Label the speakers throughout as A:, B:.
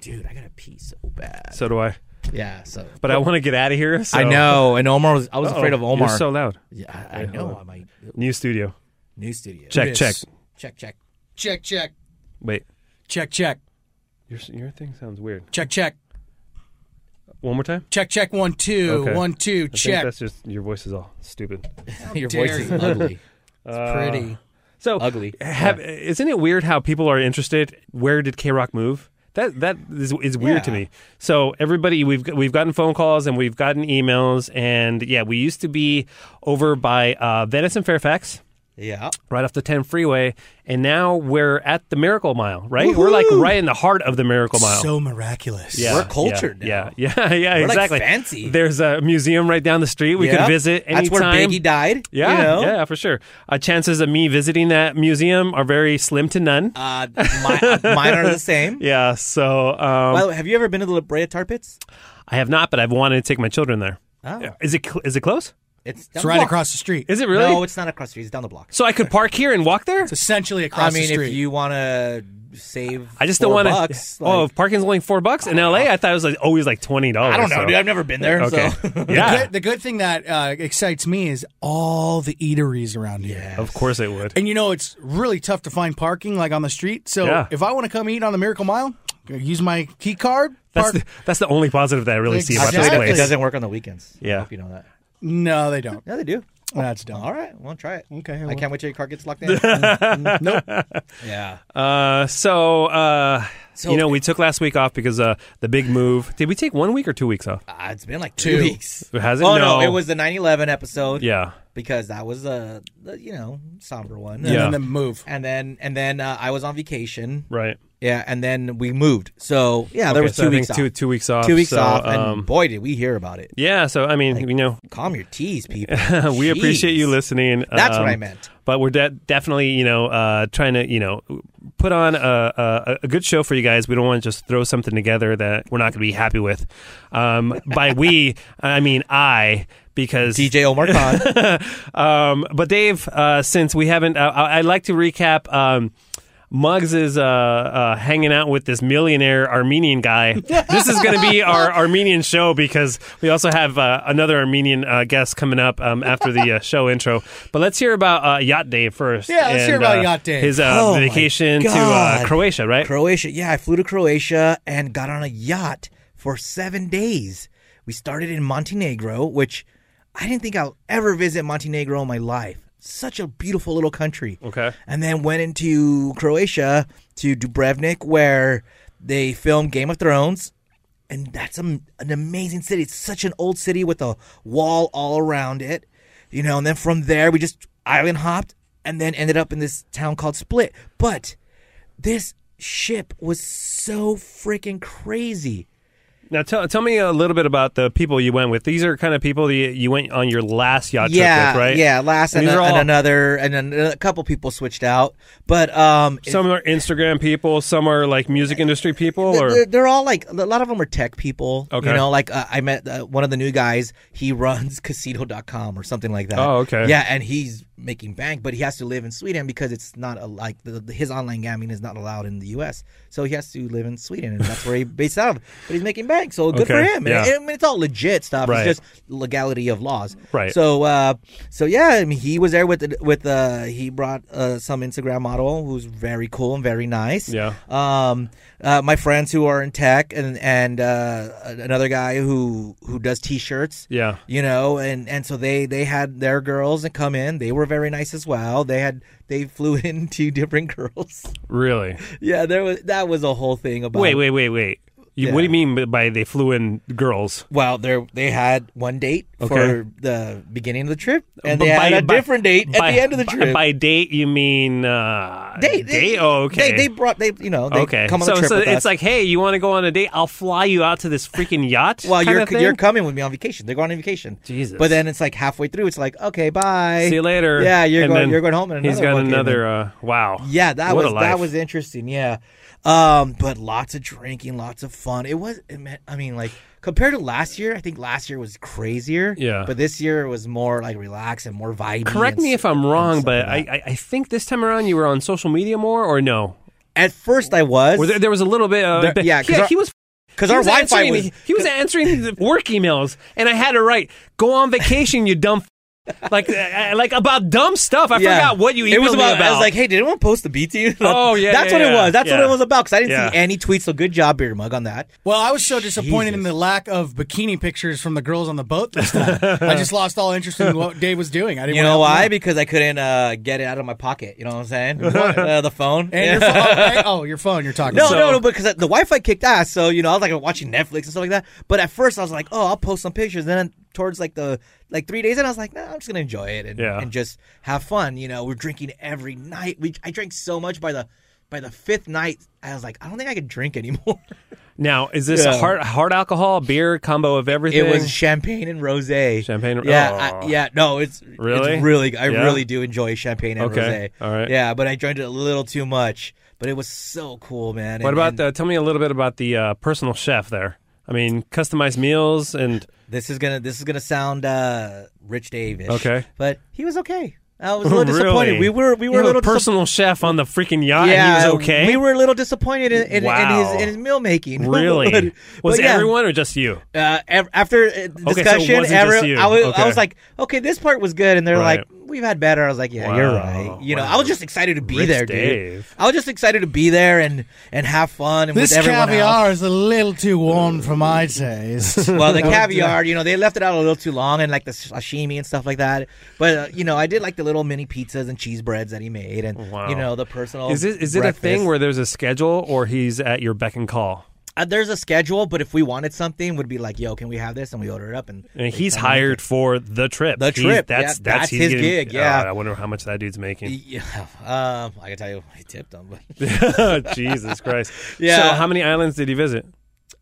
A: Dude, I gotta pee so bad.
B: So do I.
A: yeah, so
B: But I want to get out of here. So.
A: I know. And Omar was. I was
B: Uh-oh,
A: afraid of Omar.
B: You're so loud.
A: yeah, I, I know. I might
B: New studio.
A: new studio.
B: Check,
C: This.
B: check.
A: check, check.
C: Check, check,
B: Wait.
C: check, check,
B: Your, your thing sounds weird.
C: check, check,
B: One more time?
C: check, check. One, two,
B: Okay.
C: one, two.
B: I think
C: check.
B: that's just your voice is all stupid.
A: Your
C: dare
A: voice is
C: you.
A: ugly.
C: Pretty.
B: Uh, So
A: Ugly.
B: Have, Isn't it weird how people are interested? Where did K Rock move? That that is, is weird to
A: Yeah.
B: me. So everybody, we've we've gotten phone calls and we've gotten emails, and yeah, we used to be over by uh, Venice and Fairfax.
A: Yeah.
B: right off the 10 freeway and now we're at the miracle mile right we're like right in the heart of the miracle mile
C: So miraculous.
B: yeah,
A: We're cultured now.
B: yeah, Yeah, yeah, yeah,
A: We're, like,
B: exactly.
A: fancy.
B: There's a museum right down the street we
A: Yep.
B: could visit anytime.
A: That's where Biggie died.
B: Yeah,
A: You know?
B: yeah, for sure. Uh, chances of me visiting that museum are very slim to none.
A: Uh, my, uh, mine are the same.
B: yeah, so um,
A: By the way, have you ever been to the La Brea Tar Pits?
B: I have not, but I've wanted to take my children there.
A: Oh.
B: Yeah. Is it cl- is it close?
A: It's, down
C: It's
A: the
C: right
A: block.
C: across the street.
B: Is it really?
A: No, it's not across the street. It's down the block.
B: so I could park here and walk there.
C: It's essentially
A: I
C: across
A: mean,
C: the street.
A: if you want to save,
B: I just
A: four
B: don't want to.
A: bucks,
B: Oh,
A: like-
B: if parking's only four bucks in LA, I thought it was like always like twenty dollars.
A: I don't know,
B: so.
A: dude. I've never been there.
B: Okay.
A: So.
C: The
B: yeah.
C: good- the good thing that uh, excites me is all the eateries around here. Yeah.
B: Of course it would.
C: And you know, it's really tough to find parking like on the street. So
B: Yeah.
C: if I want to come eat on the Miracle Mile, use my key card.
B: That's
C: Park.
B: the, that's the only positive that I really see about this
C: Exactly.
A: It
B: place.
A: doesn't work on the weekends. I
B: Yeah.
A: hope you know that.
C: no, they don't.
A: Yeah, they do.
C: That's dumb.
A: All right, well, try it.
C: Okay,
A: I
C: well.
A: can't wait till your car gets locked in.
C: Nope.
A: yeah.
B: Uh, so, uh,
A: So-
B: you know, we took last week off because uh, the big move. Did we take one week or two weeks off?
A: Uh, it's been like two,
C: Two.
A: weeks.
B: Has it?
A: Oh no.
B: No.
A: it was the 9/11 episode.
B: Yeah.
A: because that was the, the you know somber one.
C: And
B: Yeah.
C: then the move.
A: And then and then uh, I was on vacation.
B: Right.
A: Yeah, and then we moved. So yeah, there
B: Okay,
A: was
B: so
A: two
B: I think
A: weeks off.
B: two- two weeks off,
A: Two weeks
B: so,
A: off, and
B: um,
A: boy, did we hear about it.
B: Yeah. So, I mean, you know,
A: Calm your teas, people.
B: we appreciate you
A: Jeez.
B: listening.
A: That's what
B: um,
A: I meant.
B: But we're de- definitely, you know, uh, trying to, you know, put on a, a, a good show for you guys. We don't want to just throw something together that we're not going to be happy with. Um, by we, I mean I, because
A: DJ Omar Khan.
B: um, but Dave, uh, since we haven't, uh, I- I'd like to recap. Um, Muggs is uh, uh, hanging out with this millionaire Armenian guy. this is going to be our Armenian show because we also have uh, another Armenian uh, guest coming up um, after the uh, show intro. But let's hear about uh, Yacht Dave first.
C: Yeah, let's hear
B: and,
C: about
B: uh,
C: Yacht Dave.
B: His uh,
A: Oh my
B: vacation to uh,
A: God.
B: Croatia, right?
A: Croatia. Yeah, I flew to Croatia and got on a yacht for seven days. We started in Montenegro, which I didn't think I'll ever visit Montenegro in my life. Such a beautiful little country.
B: Okay.
A: And then went into Croatia to Dubrovnik, where they filmed Game of Thrones. And that's am an amazing city. It's such an old city with a wall all around it. You know, and then from there, we just island hopped and then ended up in this town called Split. But this ship was so freaking crazy.
B: now tell, tell me a little bit about the people you went with. These are kind of people that you, you went on your last yacht
A: yeah,
B: trip with, right?
A: yeah. Last and,
B: these
A: a-
B: are
A: and
B: all-
A: another, and then a couple people switched out, but um, it-
B: Some are Instagram people, some are like music industry people,
A: they're,
B: or
A: they're- they're all like a lot of them are tech people.
B: Okay.
A: you know, like uh, I met uh, one of the new guys. He runs Casino.com or something like that.
B: Oh, okay.
A: Yeah, and he's making bank, but he has to live in Sweden because it's not a, like the, the- his online gaming is not allowed in the U.S. So he has to live in Sweden, and that's where he based out of. But he's making bank, so good for
B: Okay,
A: him.
B: yeah.
A: And, I mean, it's all legit stuff.
B: Right.
A: It's just legality of laws.
B: Right.
A: So, uh, so yeah, I mean, he was there with with uh, he brought uh, some Instagram model who's very cool and very nice.
B: Yeah.
A: Um, uh, my friends who are in tech and and uh, another guy who who does T-shirts.
B: Yeah.
A: You know, and and so they they had their girls and come in. They were very nice as well. They had they flew in two different girls.
B: really.
A: yeah, there was that was a whole thing about.
B: Wait, wait, wait, wait. You, What do you mean by they flew in girls?
A: Well, they they had one date
B: Okay. Uh,
A: for the beginning of the trip, and
B: But
A: they
B: by-
A: had a
B: by-
A: different date
B: by-
A: at the end of the
B: by-
A: trip.
B: By date, you mean uh,
A: They- they-
B: date? Oh, okay.
A: They, they brought they you know they
B: okay.
A: come on
B: so,
A: the trip
B: so
A: with
B: it's
A: us.
B: like, hey, you want to go on a date? I'll fly you out to this freaking yacht.
A: well
B: kinda
A: you're
B: thing?
A: you're coming with me on vacation. They're going on vacation.
B: Jesus.
A: But then it's like halfway through, it's like okay, bye.
B: See you later.
A: Yeah, you're
B: And
A: going
B: then
A: you're going home. In
B: He's
A: another
B: got
A: bucket.
B: another. Uh, wow.
A: Yeah, that
B: What a
A: was that
B: life.
A: was interesting. Yeah, um, but lots of drinking, lots of fun. It was. It meant, I mean, like compared to last year, I think last year was crazier.
B: Yeah.
A: But this year was more like relaxed and more vibey.
B: Correct
A: and
B: me
A: s-
B: if I'm
A: and
B: wrong,
A: stuff
B: but I,
A: like that.
B: I, I think this time around you were on social media more, or no?
A: at first I was
B: Or there, there was a little bit. Uh,
A: There-
B: but-
A: yeah, 'cause
B: he,
A: our-
B: he was.
A: because
B: he
A: our
B: was
A: Wi-Fi
B: answering-
A: was
B: he, was answering the work emails, and I had to write, "Go on vacation, you dumb." f-" like, uh, like about dumb stuff. I
A: Yeah.
B: forgot what you emailed
A: It was
B: me
A: about, I was like, hey, did anyone post the BT?
B: Oh, yeah,
A: that's
B: yeah,
A: what it
B: yeah.
A: was. That's what
B: Yeah.
A: it was about. Because I didn't
B: Yeah.
A: see any tweets. So good job, Beer Mug, on that.
C: Well, I was so disappointed in
A: Jesus.
C: the lack of bikini pictures from the girls on the boat this time. I just lost all interest in what Dave was doing. I didn't
A: You
C: wanna
A: know
C: help him
A: why?
C: out.
A: Because I couldn't uh, get it out of my pocket. You know what I'm saying? Uh, the phone.
C: And your phone, oh, hey, oh, your phone. You're talking.
A: No,
C: about.
A: no, no, because the Wi-Fi kicked ass. So you know, I was like watching Netflix and stuff like that. But at first, I was like, oh, I'll post some pictures. Then towards like the like three days, and I was like, nah, I'm just gonna enjoy it and,
B: Yeah.
A: and just have fun. You know, we're drinking every night. We I drank so much by the by the fifth night. I was like, I don't think I could drink anymore.
B: "Now is this
A: Yeah.
B: hard hard alcohol beer combo of everything?"
A: It was champagne and rosé.
B: Champagne-
A: yeah,
B: oh.
A: I, yeah. No, it's
B: Really?
A: it's really. I
B: Yeah?
A: really do enjoy champagne and
B: Okay,
A: rosé.
B: all right.
A: Yeah, but I drank it a little too much. But it was so cool, man.
B: What
A: And-
B: about
A: and
B: the? Tell me a little bit about the uh, personal chef there. I mean, customized meals and
A: This is gonna this is gonna sound uh, Rich Davis.
B: Okay.
A: but he was okay. I was a little disappointed.
B: Really?
A: We were we
B: You
A: were
B: have
A: a little
B: a
A: disap-
B: personal chef on the freaking yacht,
A: Yeah,
B: and he was okay.
A: We were a little disappointed in, in, in
B: Wow.
A: his in his meal making.
B: really
A: But-
B: was
A: but
B: it
A: yeah.
B: everyone or just you?
A: uh, ev- after uh,
B: so it
A: discussion,
B: wasn't just
A: every-
B: you.
A: I, was,
B: Okay.
A: I was like, okay, this part was good, and they're
B: Right.
A: like, we've had better. I was like, yeah, you're
B: Wow.
A: right. You know,
B: Wow.
A: I was just excited to be
B: Rich
A: there, dude.
B: Dave.
A: I was just excited to be there and and have fun and
C: This
A: with everyone
C: caviar
A: else.
C: is a little too warm for my taste.
A: Well, the caviar, you know, they left it out a little too long, and like the sashimi and stuff like that. But uh, you know, I did like the little mini pizzas and cheese breads that he made, and
B: Wow.
A: you know, the personal.
B: Is it is it a thing
A: breakfast.
B: where there's a schedule or he's at your beck and call?
A: uh, there's a schedule? But if we wanted something, would be like, yo, can we have this? And we order it up, and
B: And he's hired for the trip.
A: The
B: He's-
A: trip, yeah,
B: that's that's,
A: that's
B: he's
A: his
B: getting-
A: gig, yeah.
B: Oh, I wonder how much that dude's making.
A: yeah, um, I can tell you, I tipped him, but.
B: Jesus Christ!
A: Yeah.
B: So how many islands did he visit?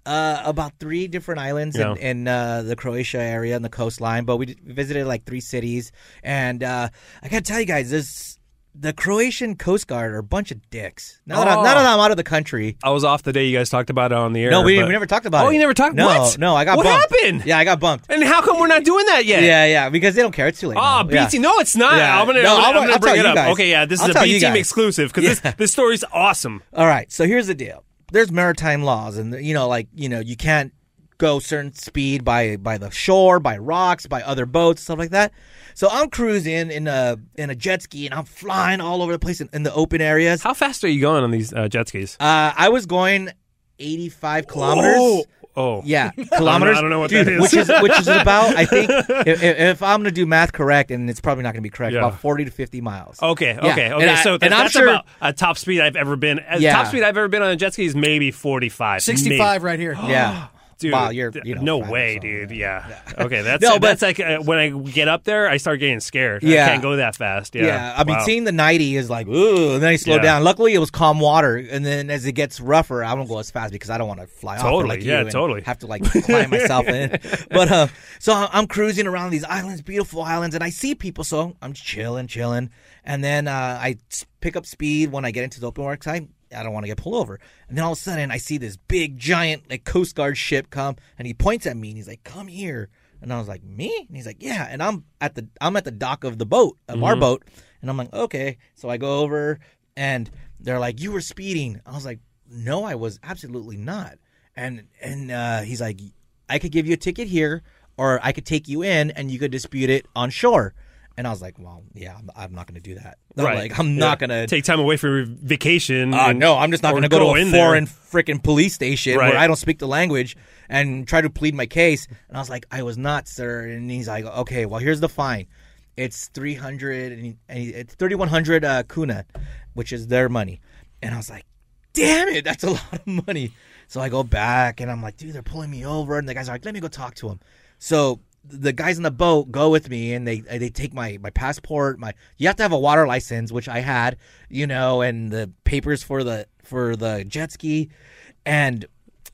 A: Uh, about three different islands in,
B: Yeah.
A: in uh, the Croatia area and the coastline, but we d- visited like three cities. And uh, I gotta tell you guys, this the Croatian Coast Guard are a bunch of dicks. Now, that,
B: Oh.
A: I'm, now that I'm out of the country,
B: I was off the day you guys talked about it on the air.
A: no, we,
B: but-
A: we never talked about
B: Oh,
A: it.
B: you never talked.
A: No,
B: what?
A: no, I got
B: What
A: bumped.
B: happened?
A: Yeah, I got bumped.
B: And how come we're not doing that yet?
A: Yeah, yeah, because they don't care. It's too late.
B: Oh,
A: now. Yeah.
B: BT. No, it's not.
A: Yeah.
B: I'm gonna,
A: No,
B: I'm gonna-
A: I'll-
B: I'm gonna
A: I'll tell
B: bring it
A: you
B: up.
A: guys.
B: Okay, yeah, this
A: I'll
B: is a
A: tell
B: B
A: you
B: team
A: guys.
B: exclusive because
A: Yeah.
B: this this story's awesome.
A: All right, so here's the deal. There's maritime laws, and you know, like you know, you can't go certain speed by by the shore, by rocks, by other boats, stuff like that. So I'm cruising in a in a jet ski, and I'm flying all over the place in, in the open areas. Uh,
B: How fast are you going on these uh, jet skis?
A: I was going 85 kilometers.
B: Oh, oh.
A: Yeah, kilometers.
B: I don't know what
A: dude,
B: that is.
A: Which is which is about I think if, if- if I'm gonna do math correct, and it's probably not gonna be correct,
B: Yeah.
A: about 40 to 50 miles.
B: Okay,
A: Yeah,
B: okay,
A: and
B: okay.
A: I-
B: so that,
A: and I'm
B: that's
A: sure-
B: about a top speed I've ever been. uh,
A: Yeah.
B: Top speed I've ever been on a jet ski is maybe forty-five.
C: Sixty-five right here.
A: Yeah.
B: maybe. Dude,
A: wow, you're
B: th-
A: you know,
B: no
A: five or
B: way,
A: something.
B: dude. Yeah. Okay, that's
A: No, but-
B: that's like uh, when I get up there, I start getting scared. I
A: Yeah.
B: can't go that fast. Yeah,
A: Yeah, I mean,
B: Wow.
A: seeing the 90 is like, ooh, and then I slow
B: Yeah.
A: down. Luckily, it was calm water, and then as it gets rougher, I don't go as fast because I don't want to fly off.
B: Totally,
A: and like
B: yeah,
A: you and
B: totally.
A: Have to like climb myself in. But uh, so I- I'm cruising around these islands, beautiful islands, and I see people, so I'm chilling, chilling, and then uh, I s- pick up speed when I get into the open water 'cause I I don't want to get pulled over. And then all of a sudden, I see this big, giant, like Coast Guard ship come, and he points at me, and he's like, "Come here." And I was like, "Me?" And he's like, "Yeah." And I'm at the I'm at the dock of the boat of
B: Mm-hmm.
A: our boat, and I'm like, "Okay." So I go over, and they're like, "You were speeding." I was like, "No, I was absolutely not." And and uh, he's like, "I could give you a ticket here, or I could take you in, and you could dispute it on shore." And I was like, "Well, yeah, I'm, I'm not going to do that. I'm
B: Right.
A: Like, I'm
B: Yeah.
A: not going to
B: take time away from your vacation.
A: uh,
B: and-
A: no, I'm just not
B: or
A: going to go, to a
B: in there.
A: foreign freaking police station
B: Right.
A: where I don't speak the language and try to plead my case. And I was like, I was not, sir. And he's like, okay, well, here's the fine. It's 300 and, he- and he- it's 3100 uh, kuna, which is their money. And I was like, damn it, that's a lot of money. So I go back and I'm like, dude, they're pulling me over. And the guys are like, let me go talk to him. So the guys on the boat go with me and they they take my my passport, my you have to have a water license, which I had, you know, and the papers for the for the jet ski. And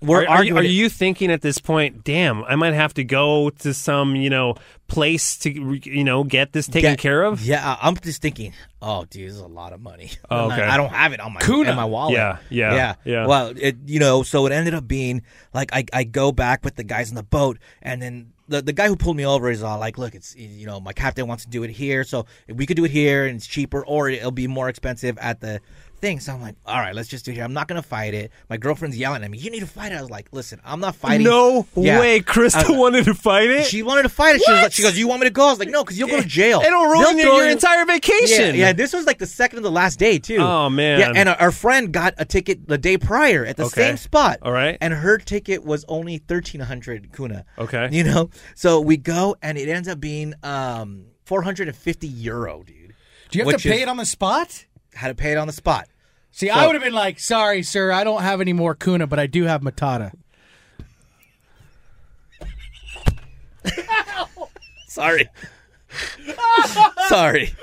A: We're
B: are, are you,
A: arguing
B: are
A: it.
B: you thinking at this point? Damn, I might have to go to some you know place to re- you know get this taken
A: Get-
B: care of.
A: Yeah, I'm just thinking. Oh, dude, this is a lot of money.
B: Oh, okay.
A: I, I don't have it on my
C: Kuna.
A: in my wallet.
B: Yeah, yeah,
A: yeah,
B: yeah.
A: Well, it, you know, so it ended up being like I, I go back with the guys in the boat, and then the the guy who pulled me over is all like, "Look, it's you know, my captain wants to do it here, so we could do it here, and it's cheaper, or it'll be more expensive at the." Thing. So I'm like, all right, let's just do it here. I'm not gonna fight it. My girlfriend's yelling at me. You need to fight it. I was like, listen, I'm not fighting.
B: No
A: Yeah.
B: way, Krista
A: I-
B: wanted to fight it.
A: She wanted to fight it. She was like, she goes, you want me to go? I was like, no, because you'll go to jail.
B: It'll
A: They'll
B: ruin your,
A: throw
B: your
A: you-
B: entire vacation.
A: yeah, yeah, this was like the second of the last day too.
B: Oh, man.
A: Yeah, and our, our friend got a ticket the day prior at the
B: Okay.
A: same spot.
B: All right.
A: and her ticket was only thirteen hundred kuna.
B: Okay.
A: you know, so we go and it ends up being um four hundred and fifty euro, dude.
C: Do you have
A: Which
C: to pay
A: is-
C: it on the spot?
A: Had to pay it on the spot.
C: See, I would have been like, sorry, sir, I don't have any more Kuna, but I do have Matata.
A: Sorry, sorry.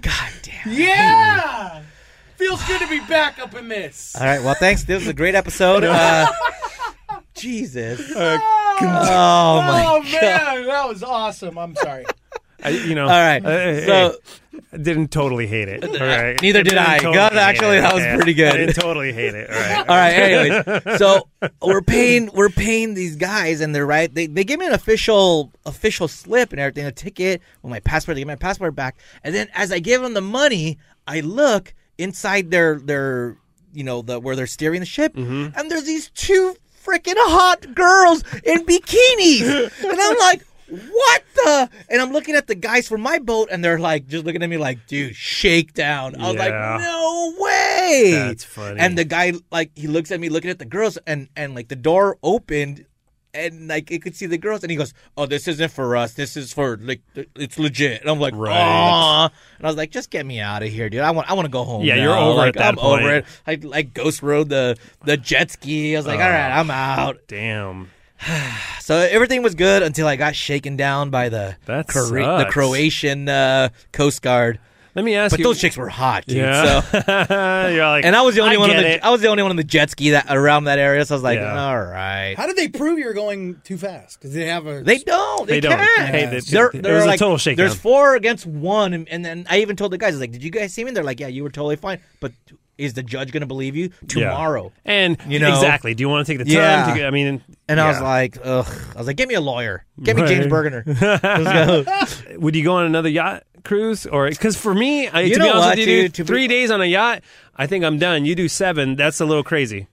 A: God damn.
C: Yeah! Feels good to be back up in this.
A: All right. Well, thanks. This was a great episode. Uh, Jesus. oh my.
C: Oh, man, that was awesome. I'm sorry.
B: I- you know.
A: All right.
B: uh, hey,
A: So.
B: I didn't totally hate it. All right.
A: Neither did
B: didn't
A: I.
B: totally
A: God,
B: hate
A: actually,
B: it.
A: that was
B: Yeah.
A: pretty good.
B: I didn't totally hate it. All right.
A: All right. Anyways, so we're paying we're paying these guys, and they're right. They they give me an official official slip and everything, a ticket with my passport. They give my passport back, and then as I give them the money, I look inside their their you know the where they're steering the ship, and there's these two freaking hot girls in bikinis, and I'm like. What the? And I'm looking at the guys from my boat, and they're like, just looking at me like, dude, shakedown. I was
B: Yeah.
A: like, no way.
B: That's funny.
A: And the guy like he looks at me looking at the girls and and like the door opened and like it could see the girls and he goes, "Oh, this isn't for us. This is for like th- it's legit." And I'm like,
B: Right.
A: "Aw." And I was like, "Just get me out of here, dude. I want I want to go home."
B: Yeah, you're
A: now.
B: over
A: like,
B: at that
A: I'm
B: point.
A: over it. I like ghost rode the the jet ski. I was like, "All right, I'm out."
B: Oh, Damn.
A: So everything was good until I got shaken down by the
B: That
A: Cro- the
B: sucks.
A: Croatian uh, Coast Guard.
B: Let me ask
A: But
B: you.
A: those chicks were hot, dude.
B: yeah.
A: So
B: You're like,
A: and I was the only one on
B: get
A: the
B: it.
A: I was the only one on the jet ski that around that area. So I was like,
B: Yeah.
A: all right.
C: How did they prove you were going too fast? Did they have a.
A: They don't. They,
B: They don't.
A: Can't.
B: Hey, they-
A: They're-
B: it
A: they're
B: was a
A: like-
B: total shakedown.
A: There's four against one, and, and then I even told the guys, I was like, "Did you guys see me?" And they're like, "Yeah, you were totally fine." But is the judge going to believe you
B: Yeah.
A: tomorrow?
B: And
A: You know?
B: exactly. Do you want to take the time?
A: Yeah.
B: To get, I mean,
A: And I was
B: yeah.
A: like, "Ugh!" I was like, "Get me a lawyer. Get me
B: Right.
A: James Bergener." Let's go.
B: would you go on another yacht cruise or because for me I,
A: You
B: to be
A: know
B: honest
A: what,
B: with you dude,
A: dude, to be-
B: three days on a yacht i think i'm done you do seven that's a little crazy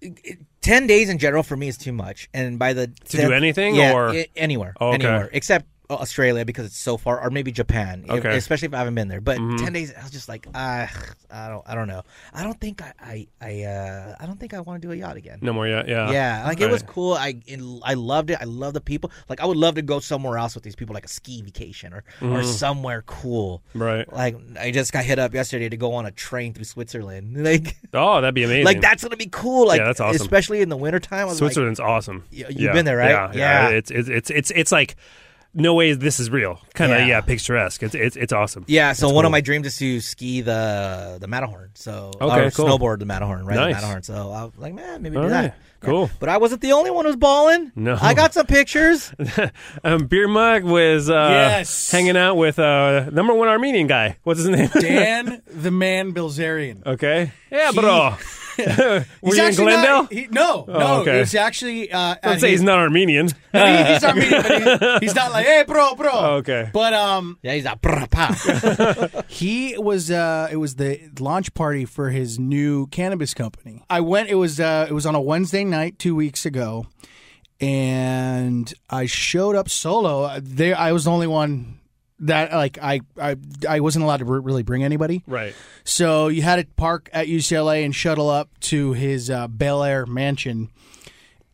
A: Ten days in general for me is too much, and by the to
B: do anything,
A: yeah,
B: or-
A: i- anywhere,
B: Oh, okay.
A: anywhere except Australia because it's so far, or maybe Japan, if-
B: Okay.
A: especially if I haven't been there. But
B: Mm-hmm.
A: ten days, I was just like, ah, I don't, I don't know. I don't think I, I, I, uh, I don't think I want to do a yacht again.
B: no more yacht yeah
A: Yeah, like it
B: Right.
A: was cool. I it, I loved it. I love the people. Like I would love to go somewhere else with these people, like a ski vacation or or somewhere cool.
B: Mm. right
A: Like I just got hit up yesterday to go on a train through Switzerland. Like
B: oh that'd be amazing
A: like that's gonna be cool. Like
B: that's awesome.
A: especially in the wintertime. I was like,
B: switzerland's awesome
A: Yeah, you've been there, right?
B: yeah, yeah.
A: Yeah.
B: It's, it's it's it's it's like no way this is real kind of yeah.
A: Yeah.
B: picturesque it's it's, it's awesome
A: yeah. So
B: That's
A: one
B: cool.
A: of my dreams is to ski the the Matterhorn. So
B: Okay,
A: or
B: cool.
A: snowboard the Matterhorn, right?
B: Nice.
A: The Matterhorn. So I was like, man, maybe
B: All
A: do that.
B: right.
A: Yeah.
B: Cool.
A: But I wasn't the only one who's balling.
B: No.
A: I got some pictures.
B: um, beer mug was uh,
C: Yes.
B: hanging out with uh, number one armenian guy what's his name
C: Dan the Man Bilzerian.
B: okay yeah bro were you in
C: actually
B: glendale Oh,
C: Not, he, no, no.
B: okay.
C: He's actually. Uh,
B: don't say he's not armenian
C: he's Armenian, but he- he's not like, hey, bro, bro.
B: Oh, okay
C: But um,
A: yeah, he's a brr, pa.
C: He was uh it was the launch party for his new cannabis company. I went it was uh it was on a Wednesday night 2 weeks ago and I showed up solo. There I was the only one that like I I I wasn't allowed to re- really bring anybody.
B: right
C: So you had to park at UCLA and shuttle up to his uh, Bel Air mansion.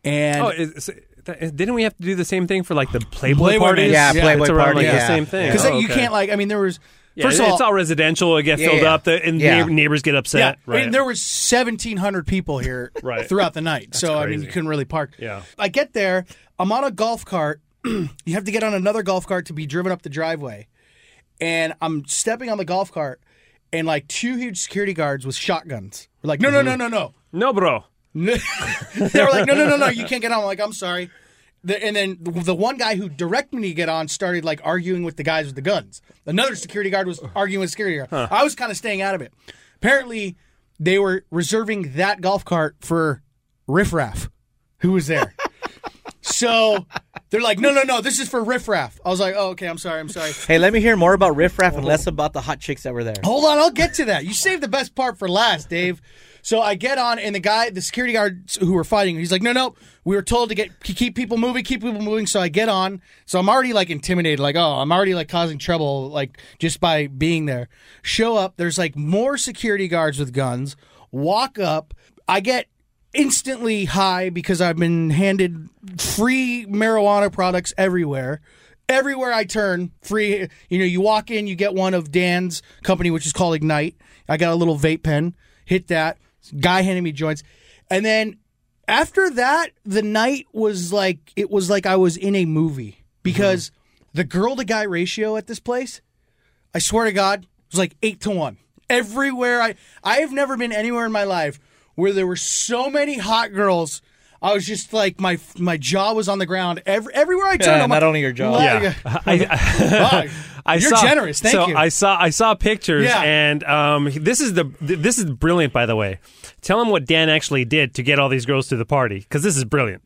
C: And
B: Oh, is, is- that- didn't we have to do the same thing for like the Playboy,
C: Playboy
B: parties?
C: nights. Yeah,
B: It's
A: Playboy
B: around,
A: parties,
B: Like, the
A: yeah.
B: same thing.
C: cuz
B: Oh,
C: you
B: okay.
C: can't like I mean there was
B: Yeah,
C: First of
B: it-
C: all,
B: it's all residential. It get
A: Yeah,
B: filled
A: yeah.
B: up, the, and
A: Yeah.
B: neighbor- neighbors get upset.
C: Yeah,
B: right.
C: I mean, there were seventeen hundred people here
B: Right.
C: throughout the night, so I mean,
B: crazy.
C: you couldn't really park.
B: Yeah.
C: I get there. I'm on a golf cart. you have to get on another golf cart to be driven up the driveway, and I'm stepping on the golf
B: Mm-hmm.
C: cart, and like two huge security guards with shotguns. We're like, no, no, no, no, no.
B: no, bro.
C: they were like, no, no, no, no, you can't get on. I'm like, I'm sorry. The, and then the, the one guy who directed me to get on started like arguing with the guys with the guns. Another security guard was arguing with security guard. I was kind of staying out of it. Apparently, they were reserving that golf cart for riffraff, who was there. so they're like, no, no, no, this is for riffraff. I was like, oh, okay, I'm sorry, I'm sorry.
A: Hey, let me hear more about Riff Raff and less about the hot chicks that were there.
B: Oh,
C: Hold on, I'll get to that. You saved the best part for last, Dave. So I get on, and the guy, the security guards who were fighting, he's like, "No, no, we were told to get keep people moving, keep people moving." So I get on, so I'm already like intimidated, like, "Oh, I'm already like causing trouble, like just by being there." Show up, there's like more security guards with guns. Walk up, I get instantly high because I've been handed free marijuana products everywhere. Everywhere I turn, free. You know, you walk in, you get one of Dan's company, which is called Ignite. I got a little vape pen, hit that. Guy handed me joints, and then after that, the night was like it was like I was in a movie because the girl to guy ratio at this place I swear to God, it was like eight to one. Everywhere I I have never been anywhere in my life where there were so many hot girls. I was just like my my jaw was on the ground. Every, everywhere I turned,
A: Yeah,
C: I'm
A: not
C: like,
A: only your jaw.
C: "Wow,
B: Yeah, I, I,
C: wow,
B: I
C: you're
B: saw-
C: generous. Thank
B: so
C: you.
B: I saw I saw pictures,
C: Yeah.
B: and um, this is the th- this is brilliant. By the way, tell him what Dan actually did to get all these girls to the party because this is brilliant.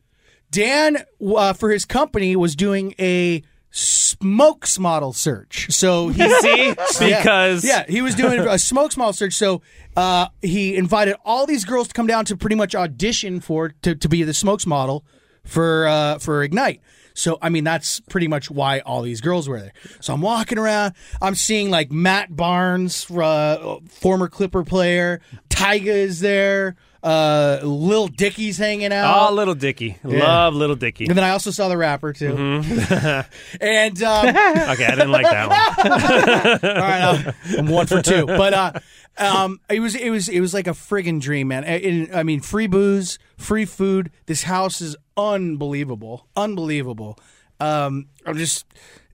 C: Dan, uh, for his company, was doing a smokes model search. So he
B: See,
C: Yeah.
B: because
C: yeah, he was doing a smoke small search. So uh, he invited all these girls to come down to pretty much audition for to, to be the smokes model for uh, for ignite. So I mean that's pretty much why all these girls were there. So I'm walking around, I'm seeing like Matt Barnes, uh, former Clipper player, Tyga is there, uh, Lil Dicky's hanging out.
B: Oh, little Dicky, love little Mm-hmm. Dicky.
C: and then I also saw the rapper too. and um,
B: Mm-hmm. Okay, I didn't like that one.
C: All right, I'm- I'm one for two. But uh, um, it was it was it was like a friggin' dream, man. I, I mean, free booze, free food. This house is unbelievable, unbelievable. Um, I'm just.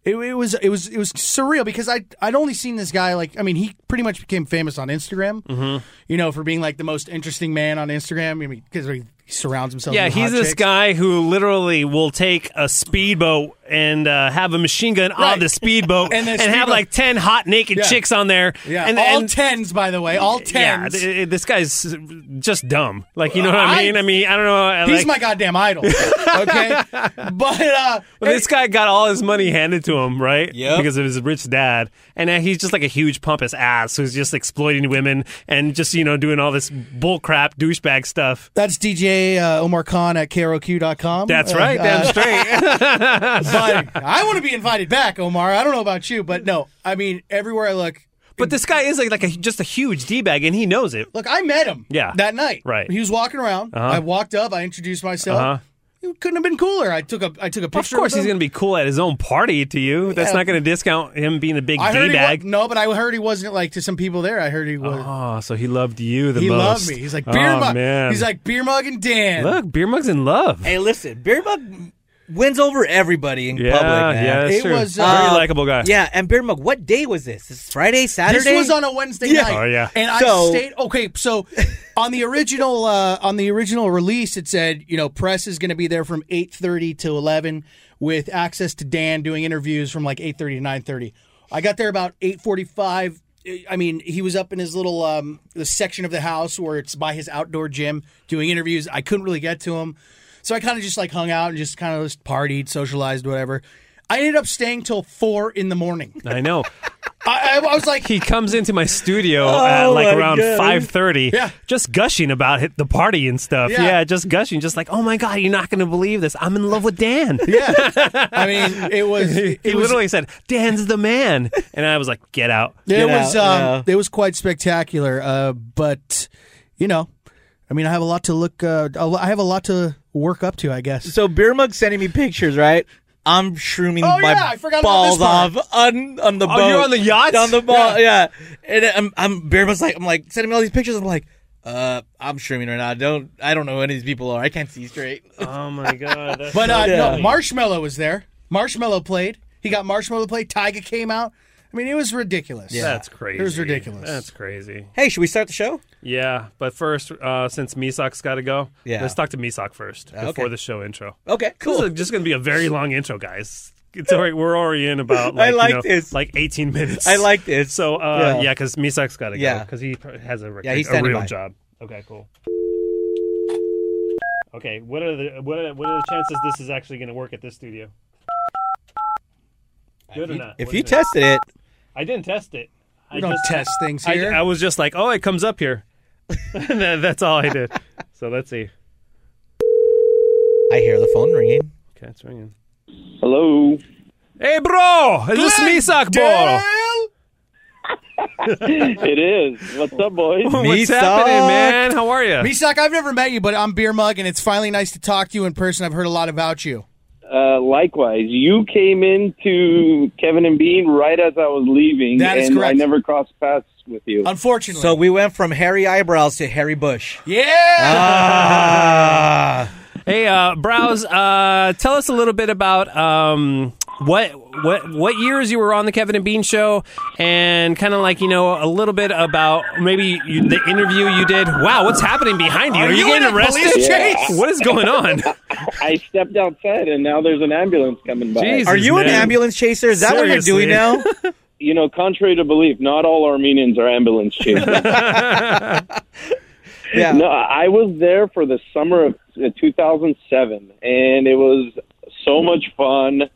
C: It, it was it was it was surreal because I I'd only seen this guy like I mean he pretty much became famous on Instagram
B: Mm-hmm.
C: you know for being like the most interesting man on Instagram I mean because he surrounds himself
B: Yeah,
C: with
B: he's
C: hot
B: this
C: chicks.
B: guy who literally will take a speedboat and uh, have a machine gun on
C: Right.
B: the speedboat
C: And the
B: have
C: speedboat-
B: like ten hot naked
C: Yeah.
B: chicks on there.
C: yeah
B: and,
C: all
B: and-
C: tens by the way all
B: Yeah,
C: tens
B: th- th- this guy's just dumb. Like, you know what I
C: I-
B: mean? I mean, I don't know. I
C: he's
B: like-
C: my goddamn idol okay but uh
B: Well, this guy got all his money handed to him, right?
A: Yep.
B: Because of his rich dad, and now he's just like a huge pompous ass who's just exploiting women and just you know doing all this bullcrap douchebag stuff.
C: That's DJ uh, Omar Khan at KROQ.com.
B: That's
C: Uh,
B: right, damn
C: uh,
B: straight.
C: but I want to be invited back, Omar. I don't know about you, but no. I mean, everywhere I look,
B: but this guy is like like a, just a huge d bag, and he knows it.
C: look, I met him
B: Yeah.
C: that night.
B: Right.
C: He was walking around. I walked up. I introduced myself.
B: Uh-huh.
C: It couldn't have been cooler. I took a I took a
B: Of
C: picture.
B: course,
C: with
B: he's
C: him.
B: going to be cool at his own party to you. That's
C: Yeah.
B: not going to discount him being a big
C: I heard
B: d
C: he
B: bag.
C: wa- no, but I heard he wasn't like to some people there. I heard he was.
B: Oh, so he loved you the
C: he
B: most.
C: loved me. He's like beer
B: oh,
C: mug.
B: Man.
C: He's like beer mug and Dan.
B: look, beer mug's in love.
A: Hey, listen, Beer Mug wins over everybody in
B: yeah,
A: public, man.
B: yeah, that's
C: It
B: true.
C: was,
B: very
A: Uh,
B: likable guy.
A: Yeah, and Beer Mug, what day was this? This Friday, Saturday?
C: This was on a Wednesday night.
B: Oh, yeah.
C: And
A: So-
C: I stayed. Okay, so on the original uh, on the original release, it said you know press is going to be there from eight thirty to eleven with access to Dan doing interviews from like eight thirty to nine thirty. I got there about eight forty five. I mean, he was up in his little um, the section of the house where it's by his outdoor gym doing interviews. I couldn't really get to him, so I kind of just like hung out and just kind of just partied, socialized, whatever. I ended up staying till four in the morning.
B: I know.
C: I, I, I was like,
B: He comes into my studio at
A: Oh,
B: like
A: my
B: around
A: God.
B: five thirty,
C: Yeah.
B: just gushing about it, the party and stuff. Yeah.
C: Yeah.
B: just gushing, just like, oh my god, you're not going to believe this. I'm in love with Dan. Yeah,
C: yeah. I mean, it was. It,
B: he
C: was,
B: literally said, "Dan's the man," and I was like, "Get out."
C: It
A: Get
C: was.
A: out,
C: um, It was quite spectacular. Uh, but you know, I mean, I have a lot to look. Uh, I have a lot to work up to. I guess.
A: So Beer Mug sending me pictures, right? I'm shrooming
C: Oh,
A: my
C: yeah, I forgot about this
A: balls
C: part.
A: off on on the
B: Oh,
A: boat.
B: you're on the yacht?
A: on the ball, yeah. And I'm I'm Beer Mug's like I'm like sending me all these pictures. I'm like, uh, I'm shrooming right now. I don't I don't know who any of these people are. I can't see straight.
B: Oh my god. that's
C: But uh,
A: Yeah.
C: no, Marshmallow was there. Marshmallow played. He got Marshmallow to play. Tyga came out. I mean, it was ridiculous.
B: That's crazy.
C: It was ridiculous.
B: That's crazy.
A: Hey, should we start the show?
B: Yeah, but first, uh, since Misok's got to go,
A: Yeah.
B: let's talk to Misok first before the show intro.
A: Okay,
B: This
A: cool.
B: is just going to be a very long intro, guys. It's already, we're already in about like,
A: I like
B: you know,
A: this.
B: like 18 minutes.
A: I like this.
B: So, uh,
A: Yeah.
B: yeah, because Misak's got to go
A: Yeah.
B: because he pr- has a, rec-
A: Yeah, he's
B: a
A: standing
B: real
A: by.
B: job. Okay, cool. Okay, what are the what are, what are the chances this is actually going to work at this studio? Good or not?
A: if
B: What
A: you
B: is it?
A: tested it,
B: I didn't test it. I
C: We don't
B: just-
C: test things
B: I,
C: here.
B: I was just like, oh, it comes up here. That- That's all I did. So let's see.
A: I hear the phone ringing.
B: Okay, it's ringing.
D: Hello.
B: Hey, bro, is this Misak bro?
D: It is. What's up, boys?
B: What's
A: Misak.
B: happening, man? How are you?
C: Misak, I've never met you, but I'm Beer Mug, and it's finally nice to talk to you in person. I've heard a lot about you.
D: Uh, likewise, you came into Kevin and Bean right as I was leaving,
C: That is
D: and
C: correct.
D: I never crossed paths with you.
C: Unfortunately.
A: So we went from hairy eyebrows to hairy bush.
C: yeah!
A: Ah,
B: Hey, uh, Browse, uh, tell us a little bit about um, what what what years you were on the Kevin and Bean show, and kind of like you know a little bit about maybe you, the interview you did. Wow, what's happening behind you? Are,
C: you in
B: getting
C: a police
B: arrested?
C: chase?
B: What is going on?
D: I stepped outside, and now there's an ambulance coming by.
B: Jeez.
A: are you an
B: man.
A: ambulance chaser? Is that what
B: Seriously.
A: you're doing now?
D: You know, contrary to belief, not all Armenians are ambulance chasers.
A: Yeah.
D: no, I was there for the summer of uh, 2007, and it was so much fun,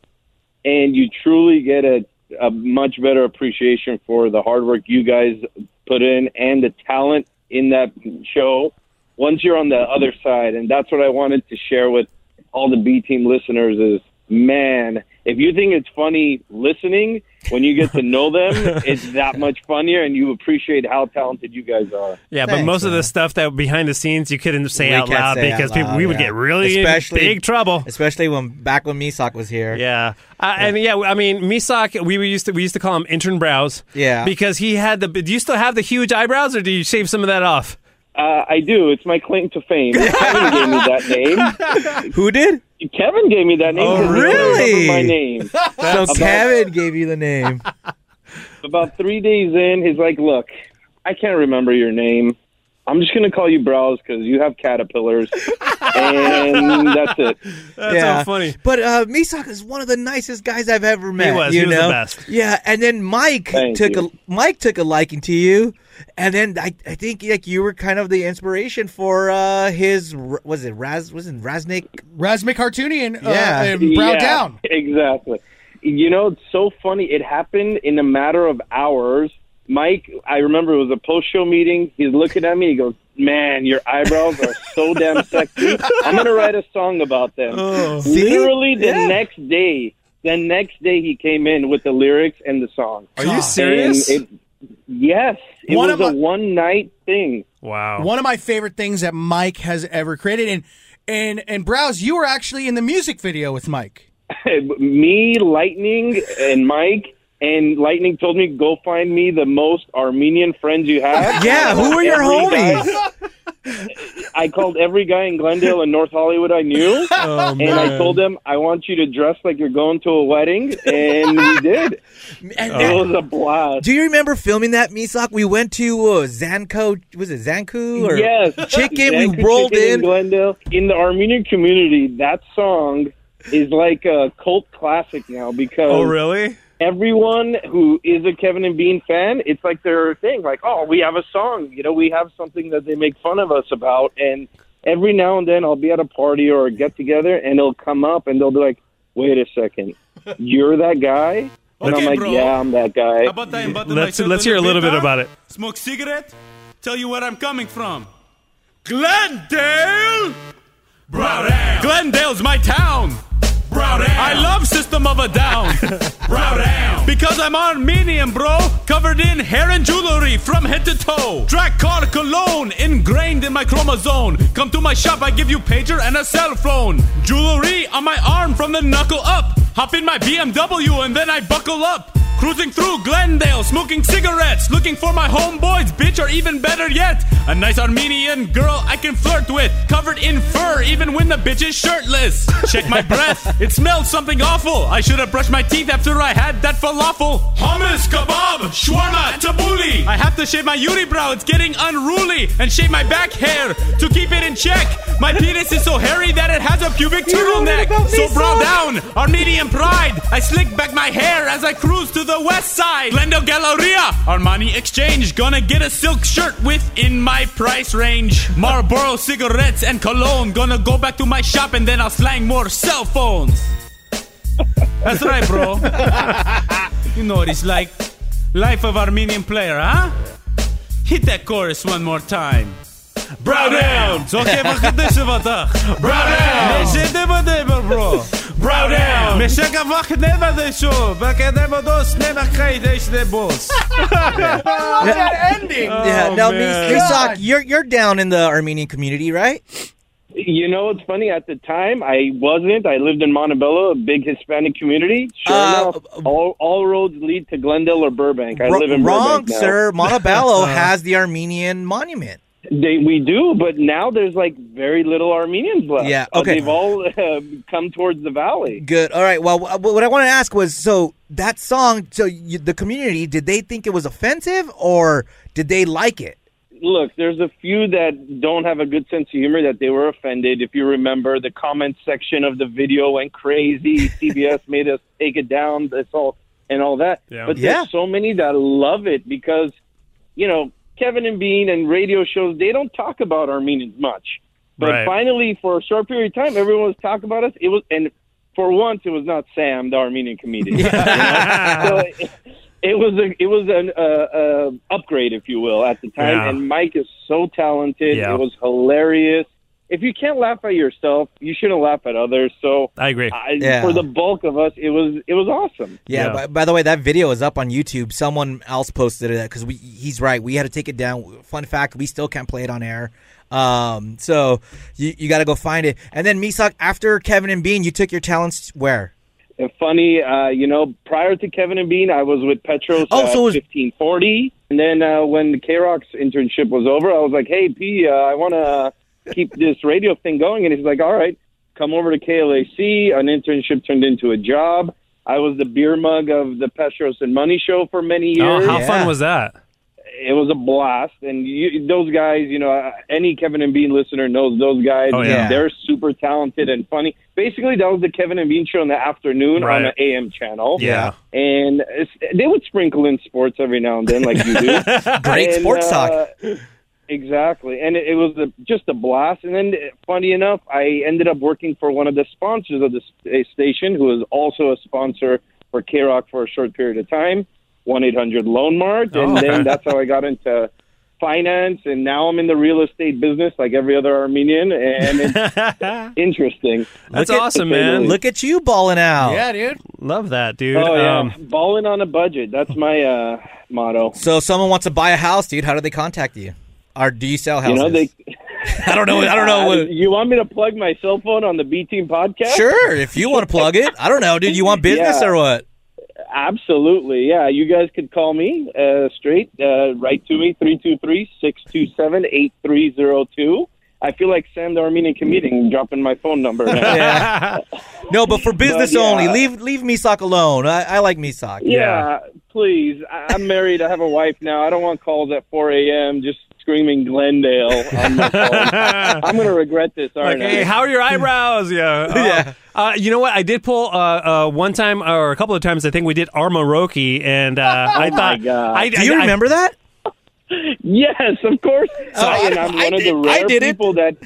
D: and you truly get a, a much better appreciation for the hard work you guys put in and the talent in that show once you're on the other side. And that's what I wanted to share with all the B team listeners is, man, if you think it's funny listening, when you get to know them, it's that much funnier, and you appreciate how talented you guys are.
B: Yeah, but
A: Thanks,
B: most of the
A: man.
B: stuff that behind the scenes you couldn't say
A: We
B: out
A: can't
B: loud
A: say out
B: because people
A: loud,
B: we would
A: yeah.
B: get really
A: Especially-
B: in big trouble.
A: Especially when back when Misak was here.
B: Yeah. Uh, and yeah, I mean, Misak, we were used to we used to call him intern brows.
A: Yeah.
B: because he had the. Do you still have the huge eyebrows, or do you shave some of that off?
D: Uh, I do. It's my claim to fame. Kevin gave me that name.
A: Who did?
D: Kevin gave me that name.
B: Oh,
D: 'cause he couldn't
A: really?
D: remember My name.
A: So Kevin gave you the name.
D: About three days in, he's like, "Look, I can't remember your name. I'm just gonna call you Browse because you have caterpillars, and that's it."
B: That's
A: yeah.
B: so funny.
A: But uh, Misak is one of the nicest guys I've ever met.
B: was.
A: You
B: He was the
A: know?
B: best.
A: Yeah, and then Mike
D: Thank
A: took
D: you.
A: a Mike took a liking to you, and then I, I think like you were kind of the inspiration for uh, his r- was it Raz wasn't Raznik?
C: Rasmic Hartunian uh,
A: Yeah.
C: and Brow
D: Yeah,
C: Down.
D: Exactly. You know, it's so funny. It happened in a matter of hours. Mike, I remember it was a post show meeting. He's looking at me. He goes, Man, your eyebrows are so damn sexy. I'm going to write a song about them. Literally the
A: Yeah.
D: next day, the next day he came in with the lyrics and the song.
B: Are you
C: God.
B: serious?
D: And it, yes. It
C: One
D: was
C: of
D: a
C: my-
D: one night thing.
B: wow.
C: One of my favorite things that Mike has ever created. And, and, and Browse, you were actually in the music video with Mike.
D: me, Lightning, and Mike. And Lightning told me, go find me the most Armenian friends you have.
A: Yeah, who were your
D: Every guy-
A: homies?
D: I called every guy in Glendale and North Hollywood I knew.
B: oh, man.
D: And I told them, I want you to dress like you're going to a wedding. And we did.
A: And
D: It
A: that-
D: was a blast.
A: do you remember filming that Misak? We went to uh, Zanko. Was it Zanku or
D: Yes.
A: Chicken?
D: Zanku
A: we rolled
D: Chicken
A: in.
D: Glendale. In the Armenian community, that song is like a cult classic now because
B: oh, really?
D: everyone who is a Kevin and Bean fan, it's like their thing. Like, oh, we have a song. You know, we have something that they make fun of us about. And every now and then, I'll be at a party or a get together, and it'll come up, and they'll be like, "Wait a second, you're that guy." And I'm
E: Okay,
D: like,
E: bro.
D: "Yeah, I'm that guy."
E: About that and button
B: Let's
E: myself
B: let's hear a little bit
E: huh?
B: about it.
E: Smoke cigarette. Tell you where I'm coming from. Glendale. Browdown. Glendale's my town. Browdown. I love System of a Down. Browdown. Because I'm Armenian, bro. Covered in hair and jewelry from head to toe. Drag car cologne ingrained in my chromosome. Come to my shop, I give you pager and a cell phone. Jewelry on my arm from the knuckle up. Hop in my BMW and then I buckle up. Cruising through Glendale, smoking cigarettes, looking for my homeboys, bitch, or even better yet, a nice Armenian girl I can flirt with, covered in fur, even when the bitch is shirtless. Check my breath, it smells something awful. I should have brushed my teeth after I had that falafel. Hummus, kebab, shawarma, tabbouleh. I have to shave my unibrow, it's getting unruly, and shave my back hair to keep it in check. My penis is so hairy that it has a pubic turtleneck. So brow down, Armenian pride. I slick back my hair as I cruise to the west side. Glendale Galleria, Armani Exchange. Gonna get a silk shirt within my price range. Marlboro cigarettes and cologne. Gonna go back to my shop and then I'll slang more cell phones. That's right, bro. you know what it's like. Life of Armenian player, huh? Hit that chorus one more time. Brow down. Zokhe vaxtda shvatah. Brow down. Meshede vadeva bro. Brow down. Meshaka vaxt nevade sho. Vakadeva dos nevakhaydeish de boss.
A: yeah. Now,
E: Oh, man.
A: Mis- Misak, you're you're down in the Armenian community, right?
D: You know, it's funny. At the time, I wasn't. I lived in Montebello, a big Hispanic community. Sure
A: Uh,
D: enough, all, all roads lead to Glendale or Burbank. I
A: Wr-
D: live in
A: wrong,
D: Burbank now.
A: sir. Montebello has the Armenian monument.
D: They, we do, but now there's like very little Armenians left.
A: Yeah,
D: Uh,
A: okay.
D: they've all uh, come towards the valley.
A: Good. All right. Well, wh- what I want to ask was, so that song, so you, the community, did they think it was offensive or did they like it?
D: Look, there's a few that don't have a good sense of humor that they were offended. If you remember, the comment section of the video went crazy. CBS made us take it down. That's all and all that.
B: Yeah.
D: But
A: Yeah.
D: there's so many that love it because you know Kevin and Bean and radio shows they don't talk about Armenians much. But
B: Right.
D: finally, for a short period of time, everyone was talking about us. It was and for once, it was not Sam, the Armenian comedian. you know? so it, it was a it was an uh, uh, upgrade, if you will, at the time.
B: Yeah.
D: And Mike is so talented.
B: Yeah.
D: It was hilarious. If you can't laugh at yourself, you shouldn't laugh at others. So.
B: I agree.
D: I,
A: Yeah.
D: For the bulk of us, it was it was awesome.
A: Yeah.
B: Yeah.
A: By, by the way, that video is up on YouTube. Someone else posted it because we. He's right. We had to take it down. Fun fact: we still can't play it on air. Um. So you you got to go find it. And then Misak, after Kevin and Bean, you took your talents where?
D: And funny, uh, you know, prior to Kevin and Bean, I was with Petros
A: Oh,
D: at
A: so it was-
D: 1540. And then uh, when the K Rock's internship was over, I was like, hey, P, uh, I want to keep this radio thing going. And he's like, all right, come over to KLAC. An internship turned into a job. I was the beer mug of the Petros and Money show for many
B: oh,
D: years.
B: how
A: Yeah.
B: fun was that?
D: It was a blast. And you, those guys, you know, uh, any Kevin and Bean listener knows those guys.
B: Oh, yeah.
D: They're super talented and funny. Basically, that was the Kevin and Bean show in the afternoon on
B: Right.
D: the AM channel
B: Yeah.
D: and it's, they would sprinkle in sports every now and then, like you do.
A: Great
D: And,
A: sports
D: uh,
A: talk.
D: Exactly, and it, it was a, just a blast. And then, funny enough, I ended up working for one of the sponsors of the s- station, who is also a sponsor for K Rock for a short period of time, one eight hundred Loan Mart, and
B: Oh, okay.
D: then that's how I got into finance. And now I'm in the real estate business, like every other Armenian, and it's interesting.
B: That's
A: at-
B: awesome,
D: Okay,
B: man.
D: really.
A: Look
B: Look,
A: at you balling out.
C: Yeah, dude.
B: love that, dude.
D: Oh yeah,
B: Um,
D: balling on a budget. That's my uh, motto.
A: So if someone wants to buy a house, dude. How do they contact you? Or do you sell
D: You
A: houses?
D: know they.
A: I don't know. I don't know. what-
D: You want me to plug my cell phone on the B Team podcast?
A: Sure, if you want to plug it. I don't know, dude. You want business
D: Yeah.
A: or what?
D: Absolutely. Yeah, you guys could call me uh, straight. Uh, write to me, 323-627-8302. I feel like Sam the Armenian comedian dropping my phone number. Now. yeah.
A: No, but for business
D: yeah.
A: only. Leave leave Misak alone. I, I like Misak.
B: Yeah.
D: please. I- I'm married. I have a wife now. I don't want calls at 4 a.m. just screaming Glendale on my phone. I'm going to regret this, aren't
B: Like, hey,
D: I?
B: how are your eyebrows? Yeah. Uh,
A: Yeah.
B: Uh, you know what? I did pull uh, uh, one time or a couple of times. I think we did Armaroki, and uh, I thought.
D: God.
B: I,
A: Do you
B: I- I-
A: remember that?
D: Yes, of course. I, and I'm
A: I
D: one of the
A: did- I
D: rare
A: did it.
D: people that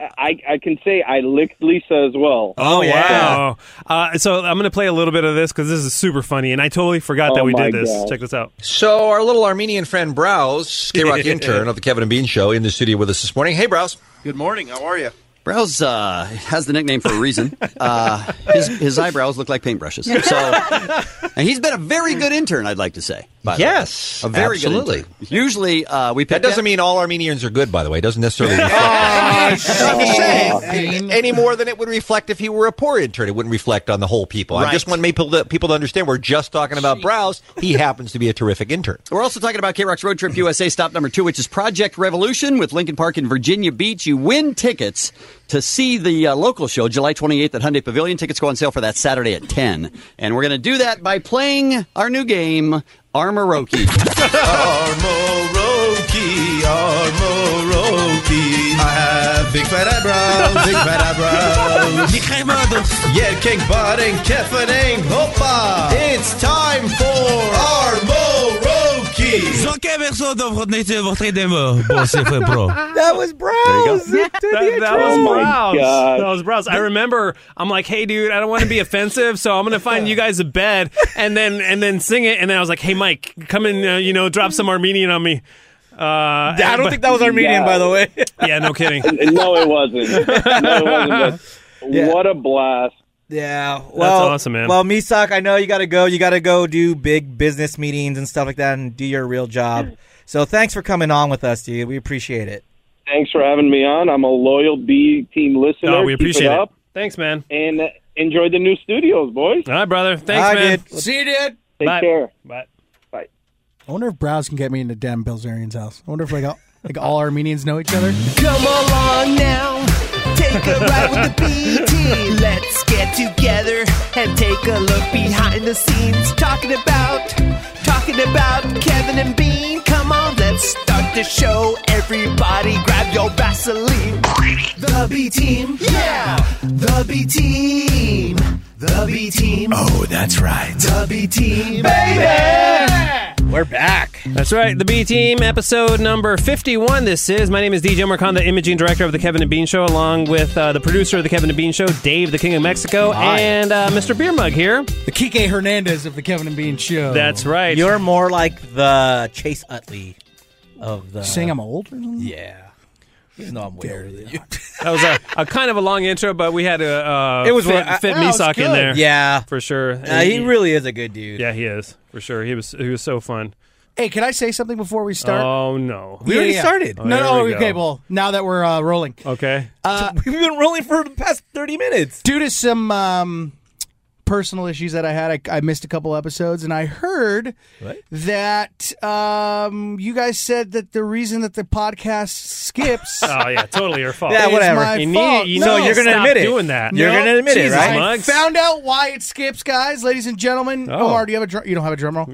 D: I, I can say I licked Lisa as well.
A: Oh,
B: Wow. Uh, so I'm going to play a little bit of this because this is super funny, and I totally forgot that
D: Oh,
B: we
D: my
B: did this.
D: God.
B: Check this out.
F: So our little Armenian friend Browse, K Rock intern of the Kevin and Bean Show, in the studio with us this morning. Hey, Browse.
G: Good morning. How are you?
H: Brows uh, has the nickname for a reason. Uh, his, his eyebrows look like paintbrushes. So, and he's been a very good intern, I'd like to say. by the
F: Yes,
H: way. A very good
F: absolutely.
H: intern. Usually uh, we pick
F: That doesn't mean all Armenians are good, by the way. It doesn't necessarily reflect. I'm just
H: Oh.
F: saying, any more than it would reflect if he were a poor intern. It wouldn't reflect on the whole people. I just
H: Right.
F: want people to, people to understand we're just talking about Browse. He happens to be a terrific intern.
H: We're also talking about K Rock's Road Trip USA stop number two, which is Project Revolution with Lincoln Park in Virginia Beach. You win tickets to see the uh, local show July 28th at Hyundai Pavilion. Tickets go on sale for that Saturday at 10. And we're going to do that by playing our new game, Armoroki.
F: Armoroki, Armoroki. I have big fat eyebrows, big fat eyebrows. yeah, king and kefening, hoppa. It's time for Armoroki.
E: e
A: That was Browse. To the
B: That, that
A: intro.
D: Oh
B: was
D: my
B: Browse.
D: God.
B: That was Browse. I remember. I'm like, hey, dude, I don't want to be offensive, so I'm gonna find you guys a bed, and then and then sing it. And then I was like, hey, Mike, come and uh, you know, drop some Armenian on me. Uh,
A: I don't think that was Armenian,
D: Yeah.
A: by the way.
B: Yeah, no kidding.
D: no, it wasn't. No, it wasn't. But
A: Yeah.
D: What a blast!
A: yeah. Well,
B: awesome, man.
A: Well, Misak, I know you got to go. You got to go do big business meetings and stuff like that, and do your real job. So thanks for coming on with us, dude. We appreciate it.
D: Thanks for having me on. I'm a loyal B team listener.
B: No, Oh, we
D: Keep
B: appreciate
D: it
B: it.
D: up
B: Thanks, man.
D: and uh, enjoy the new studios, boys.
B: All right, brother. Thanks,
A: Hi,
B: man.
A: dude.
C: See you, dude.
D: Take
B: Bye.
D: care.
B: Bye.
C: I wonder if Browse can get me into Dan Bilzerian's house. I wonder if like all, like all Armenians know each other.
G: Come along now, take a ride with the BT. Let's get together and take a look behind the scenes. Talking about, talking about Kevin and Bean. Come on, let's start the show. Everybody grab your Vaseline. The B team, yeah! The B team, the B team. Oh, that's right. The B team, baby!
A: We're back.
B: That's right, the B Team, episode number 51. This is. My name is DJ Marcon, the imaging director of the Kevin and Bean Show, along with uh, the producer of the Kevin and Bean Show, Dave, the King of Mexico, and uh, Mr. Beer Mug here.
C: The Kike Hernandez of the Kevin and Bean show.
B: That's right.
A: You're more like the Chase Utley of the.
C: saying I'm old or something.
A: Yeah. Even though I'm way older than you.
B: that was a, a kind of a long intro, but we had to uh,
A: It was-
B: fit,
A: I-
B: fit
C: that was
B: Misak in
C: good.
B: there.
A: yeah.
B: for sure.
A: Uh, he really is a good dude.
B: yeah, he is for sure. He was he was so fun.
C: Hey, can I say something before we start?
B: Oh no.
A: We already started.
B: Oh,
C: no,
B: here
C: no,
B: we go.
C: okay. Well, now that we're uh, rolling,
B: Okay.
A: We've been rolling for the past 30 minutes.
C: due to some um, personal issues that I had, I, I missed a couple episodes, and I heard that um, you guys said that the reason that the podcast skips.
B: oh yeah, totally your fault.
A: Yeah,
C: is
A: whatever.
C: My
B: You
C: fault.
B: need, you
A: No,
B: need to
A: you're gonna
B: stop
A: admit it.
B: doing that.
A: You're gonna admit it,
B: Jesus,
A: right?
C: I
B: Mugs.
C: found out why it skips, guys, ladies and gentlemen.
B: Oh.
C: Omar, do you have a drum? You don't have a drum roll.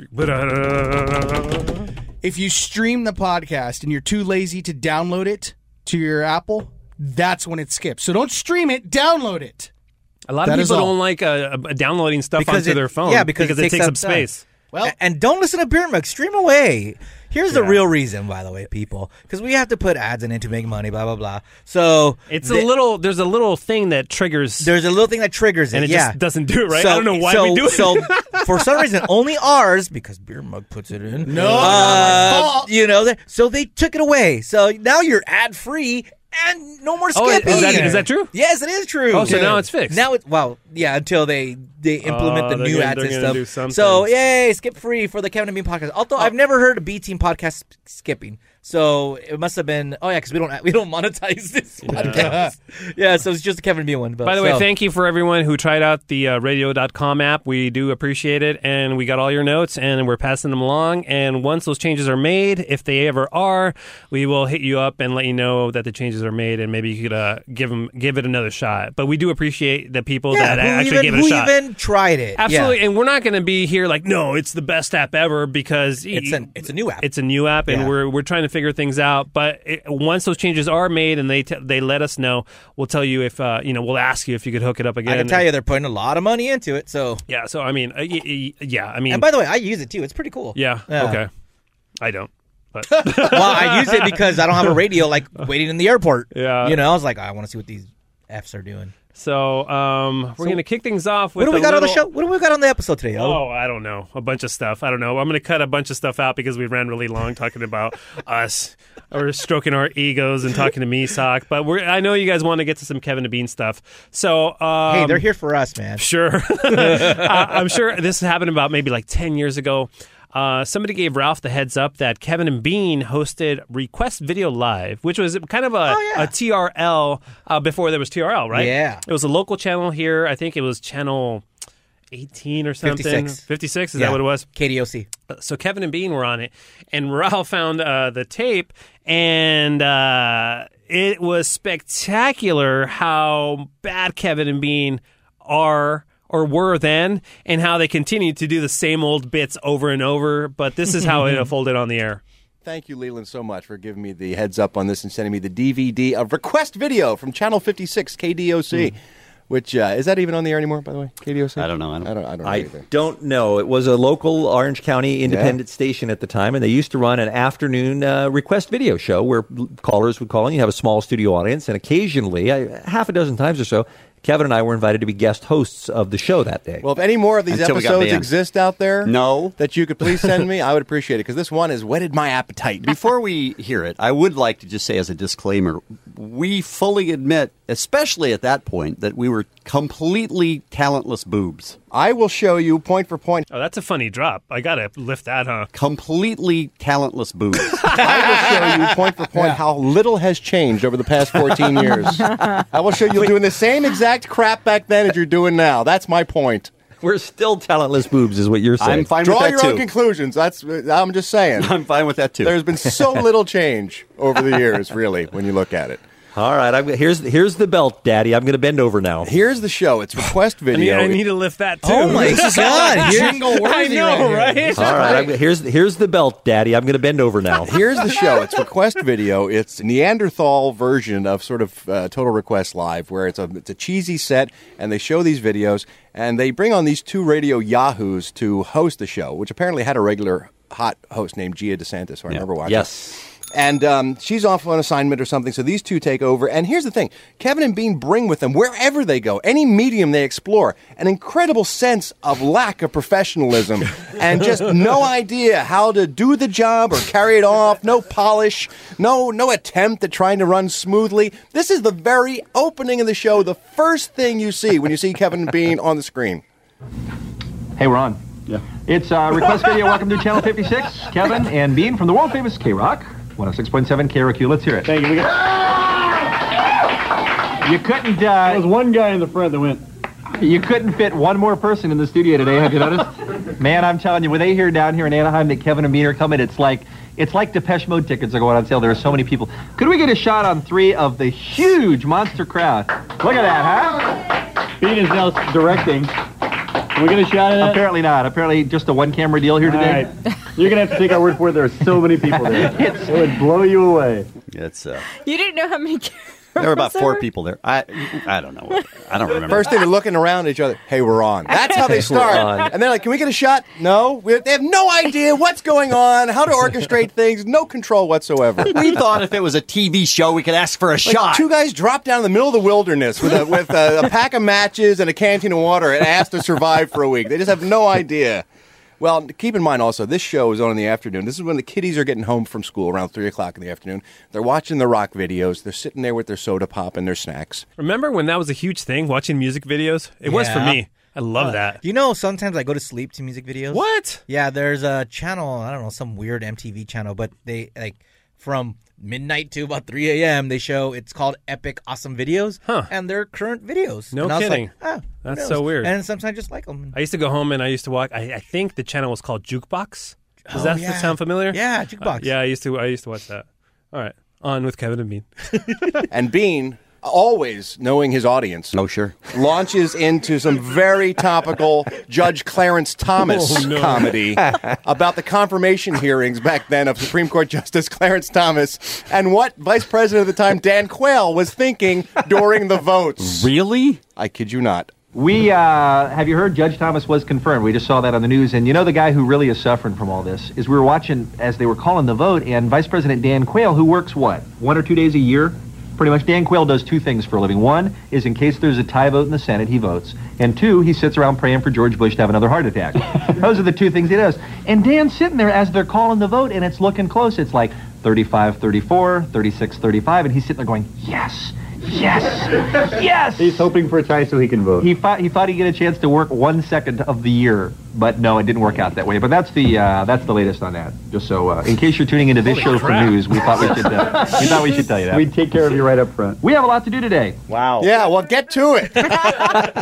C: If you stream the podcast and you're too lazy to download it to your Apple, that's when it skips. So don't stream it. Download it.
B: A lot of
C: That is
B: people
C: all.
B: don't like uh, uh, downloading stuff
A: Because
B: onto
A: it-
B: their phone.
A: yeah, because it
B: it
A: takes
B: takes
A: up
B: up
A: time.
B: space.
C: Well,
A: A- and don't listen to Beer Mug. Stream away. Here's the real reason, by the way, people, because we have to put ads in it to make money, blah blah blah. So
B: It's
A: the-
B: a little. There's a little thing that triggers.
A: There's a little thing that triggers it,
B: And it
A: yeah.
B: just doesn't do it right. I don't know why
A: so,
B: we do it.
A: So for some reason, only ours because Beer Mug puts it in. No,
C: not my fault.
A: you know. they- So they took it away. So now you're ad free and no more
B: Oh, is
A: skipping.
B: that- is that true?
A: Yes, it is true.
B: Oh, so now it's fixed.
A: Now it well, yeah. Until they they implement
B: Oh,
A: the
B: they're
A: new
B: gonna-
A: ads
B: they're
A: and
B: gonna
A: stuff.
B: do something.
A: So yay, skip free for the Kevin and Bean podcast. Although
B: Oh.
A: I've never heard a B Team podcast skipping. So it must have been oh yeah because we don't we don't monetize this podcast yeah so it's just the Kevin and Bean one but
B: By the way,
A: so-
B: thank you for everyone who tried out the uh, radio.com app. We do appreciate it. And we got all your notes and we're passing them along. And once those changes are made, if they ever are, we will hit you up and let you know that the changes are made and maybe you could uh, give, 'em- give it another shot. But we do appreciate the people
A: yeah,
B: that
A: who
B: actually
A: even,
B: gave it a
A: who
B: shot.
A: even tried it Yeah.
B: Absolutely. And we're not going to be here like, no, it's the best app ever because
A: It's an it's a new app.
B: it's a new app and
A: Yeah.
B: we're we're trying to figure things out but it, once those changes are made and they t- they let us know we'll tell you if uh, you know we'll ask you if you could hook it up again
A: I can tell you they're putting a lot of money into it. So,
B: yeah so i mean uh, y- y- yeah i mean
A: and by the way, I use it too. It's pretty cool.
B: yeah,
A: Yeah.
B: okay i don't but
A: well, I use it because I don't have a radio like waiting in the airport.
B: Yeah.
A: You know, I was like, I want to see what these f's are doing.
B: so um we're gonna kick things off
A: What
B: with
A: do we
B: a
A: got on the
B: little-
A: show? What do we got on the episode today? Oh,
B: Oh, I don't know. A bunch of stuff. I don't know. I'm going to cut a bunch of stuff out because we ran really long talking about us or stroking our egos and talking to me, sock. But we're, I know you guys want to get to some Kevin and Bean stuff. So, um,
A: hey, they're here for us, man.
B: Uh, sure. I, I'm sure this happened about maybe like 10 years ago. Uh, somebody gave Ralph the heads up that Kevin and Bean hosted Request Video Live, which was kind of a, a TRL uh, before there was TRL, right?
A: Yeah.
B: It was a local channel here. I think it was channel 18 or something.
A: 56.
B: 56, is
A: Yeah.
B: that what it was?
A: KDOC.
B: so Kevin and Bean were on it, and Ralph found uh, the tape, and uh, it was spectacular how bad Kevin and Bean are or were then, and how they continue to do the same old bits over and over. But this is how it unfolded on the air.
I: Thank you, Leland, so much for giving me the heads up on this and sending me the DVD of Request Video from Channel 56, KDOC. Which uh, is that even on the air anymore? By the way, KDOC.
H: I don't know. I don't-
I: Hmm. I don't. I don't know
F: I
I: either.
F: don't know. It was a local Orange County independent station at the time, and they used to run an afternoon uh, request video show where l- callers would call in. You have a small studio audience, and occasionally, I, half a dozen times or so, Kevin and I were invited to be guest hosts of the show that day.
I: Well, if any more of these
H: Until we got
I: episodes
H: banned.
I: exist out there,
H: No.
I: that you could please send me, I would appreciate it because this one has whetted my appetite.
H: Before we hear it, I would like to just say as a disclaimer, we fully admit, especially at that point, that we were completely talentless boobs.
I: I will show you point for point.
B: Oh, that's a funny drop. I gotta lift that, huh?
H: Completely talentless boobs.
I: I will show you point for point how little has changed over the past 14 years. I will show you doing the same exact crap back then as you're doing now. That's my point.
F: we're still talentless boobs, is what you're saying.
H: I'm fine
I: Draw
H: with
I: your
H: that
I: own
H: too.
I: conclusions. That's I'm just saying.
H: I'm fine with that too.
I: There's been so little change over the years, really, when you look at it.
F: All right, I'm, here's here's the belt, Daddy. I'm going to bend over now.
I: Here's the show. It's request
B: I need,
I: video.
B: I need to lift that too.
A: Oh my god! You're-
C: Jingle worthy
B: I know,
C: right? here.
B: right?
F: All right, I'm, here's here's the belt, Daddy. I'm going to bend over now.
I: Here's the show. It's request video. It's Neanderthal version of sort of uh, Total Request Live, where it's a it's a cheesy set, and they show these videos, and they bring on these two radio yahoos to host the show, which apparently had a regular hot host named Gia DeSantis, who I remember watching.
F: Yes.
I: And um, she's off on assignment or something, so these two take over. And here's the thing Kevin and Bean bring with them, wherever they go, any medium they explore, an incredible sense of lack of professionalism and just no idea how to do the job or carry it off, no polish, no, no attempt at trying to run smoothly. This is the very opening of the show, the first thing you see when you see Kevin and Bean on the screen.
J: Hey, Ron. Yeah. It's uh, request video. Welcome to Channel 56. Kevin and Bean from the world famous oh K Rock 106.7 KRQ. Let's hear it. Thank you. You couldn't. Uh, there was one guy in the front that went. You couldn't fit one more person in the studio today. Have you noticed? Man, I'm telling you, when they hear down here in Anaheim that Kevin and Bean are coming, it's like it's like Depeche Mode tickets are going on sale. There are so many people. Could we get a shot on three of the huge monster crowd? Look at that, huh? Bean is now directing. Can we get a shot at it? Apparently not. Apparently just a one-camera deal here today. You're gonna have to take our word for it. There are so many people there. it would blow you away.
H: It's, uh,
K: You didn't know how many.
H: there were about four
K: Sorry.
H: people there. I I don't know. what- I don't remember.
I: First, they were looking around at each other. Hey, we're on. That's how they start.
F: on.
I: And they're like, "Can we get a shot?" No, we they have no idea what's going on, how to orchestrate things, no control whatsoever.
H: we thought if it was a TV show, we could ask for a shot.
I: Two guys dropped down in the middle of the wilderness with a, with a, a pack of matches and a canteen of water and asked to survive for a week. They just have no idea. Well, keep in mind also, this show is on in the afternoon. This is when the kiddies are getting home from school around 3 o'clock in the afternoon. They're watching the rock videos. They're sitting there with their soda pop and their snacks.
B: Remember when that was a huge thing? Watching music videos, it was for
A: Yeah.
B: me. I love that.
A: Uh, You know, sometimes I go to sleep to music videos.
B: What?
A: Yeah, there's a channel. I don't know some weird MTV channel, but they like from midnight to about 3 a.m. They show it's called Epic Awesome Videos,
B: Huh.
A: and they're current videos.
B: No
A: And I was like,
B: kidding.
A: "Ah, who
B: That's
A: knows?"
B: so weird.
A: And sometimes I just like them.
B: I used to go home and I used to watch. I, I think the channel was called Jukebox. Does that
A: Oh, yeah.
B: sound familiar?
A: Yeah, jukebox.
B: Uh, yeah, I used to. I used to watch that. All right, on with Kevin and Bean.
I: And Bean, always knowing his audience,
H: Oh sure.
I: launches into some very topical Judge Clarence Thomas comedy about the confirmation hearings back then of Supreme Court Justice Clarence Thomas and what Vice President at the time Dan Quayle was thinking during the votes.
H: Really?
I: I kid you not.
J: We uh, have you heard? Judge Thomas was confirmed. We just saw that on the news, and you know the guy who really is suffering from all this is we were watching as they were calling the vote, and Vice President Dan Quayle, who works what one or two days a year, pretty much. Dan Quayle does two things for a living. One is in case there's a tie vote in the Senate, he votes, and two, he sits around praying for George Bush to have another heart attack. Those are the two things he does. And Dan's sitting there as they're calling the vote, and it's looking close. It's like 35, 34, 36, 35, and he's sitting there going, yes. Yes, yes.
K: He's hoping for a tie so he can vote.
J: He thought he thought he'd get a chance to work one second of the year, but no, it didn't work out that way. But that's the uh, that's the latest on that. Just so, uh, in case you're tuning into this show for news, we thought we should uh, we thought we should tell you that.
K: We'd take care of you right up front.
J: We have a lot to do today.
K: Wow.
I: Yeah, well, get to it.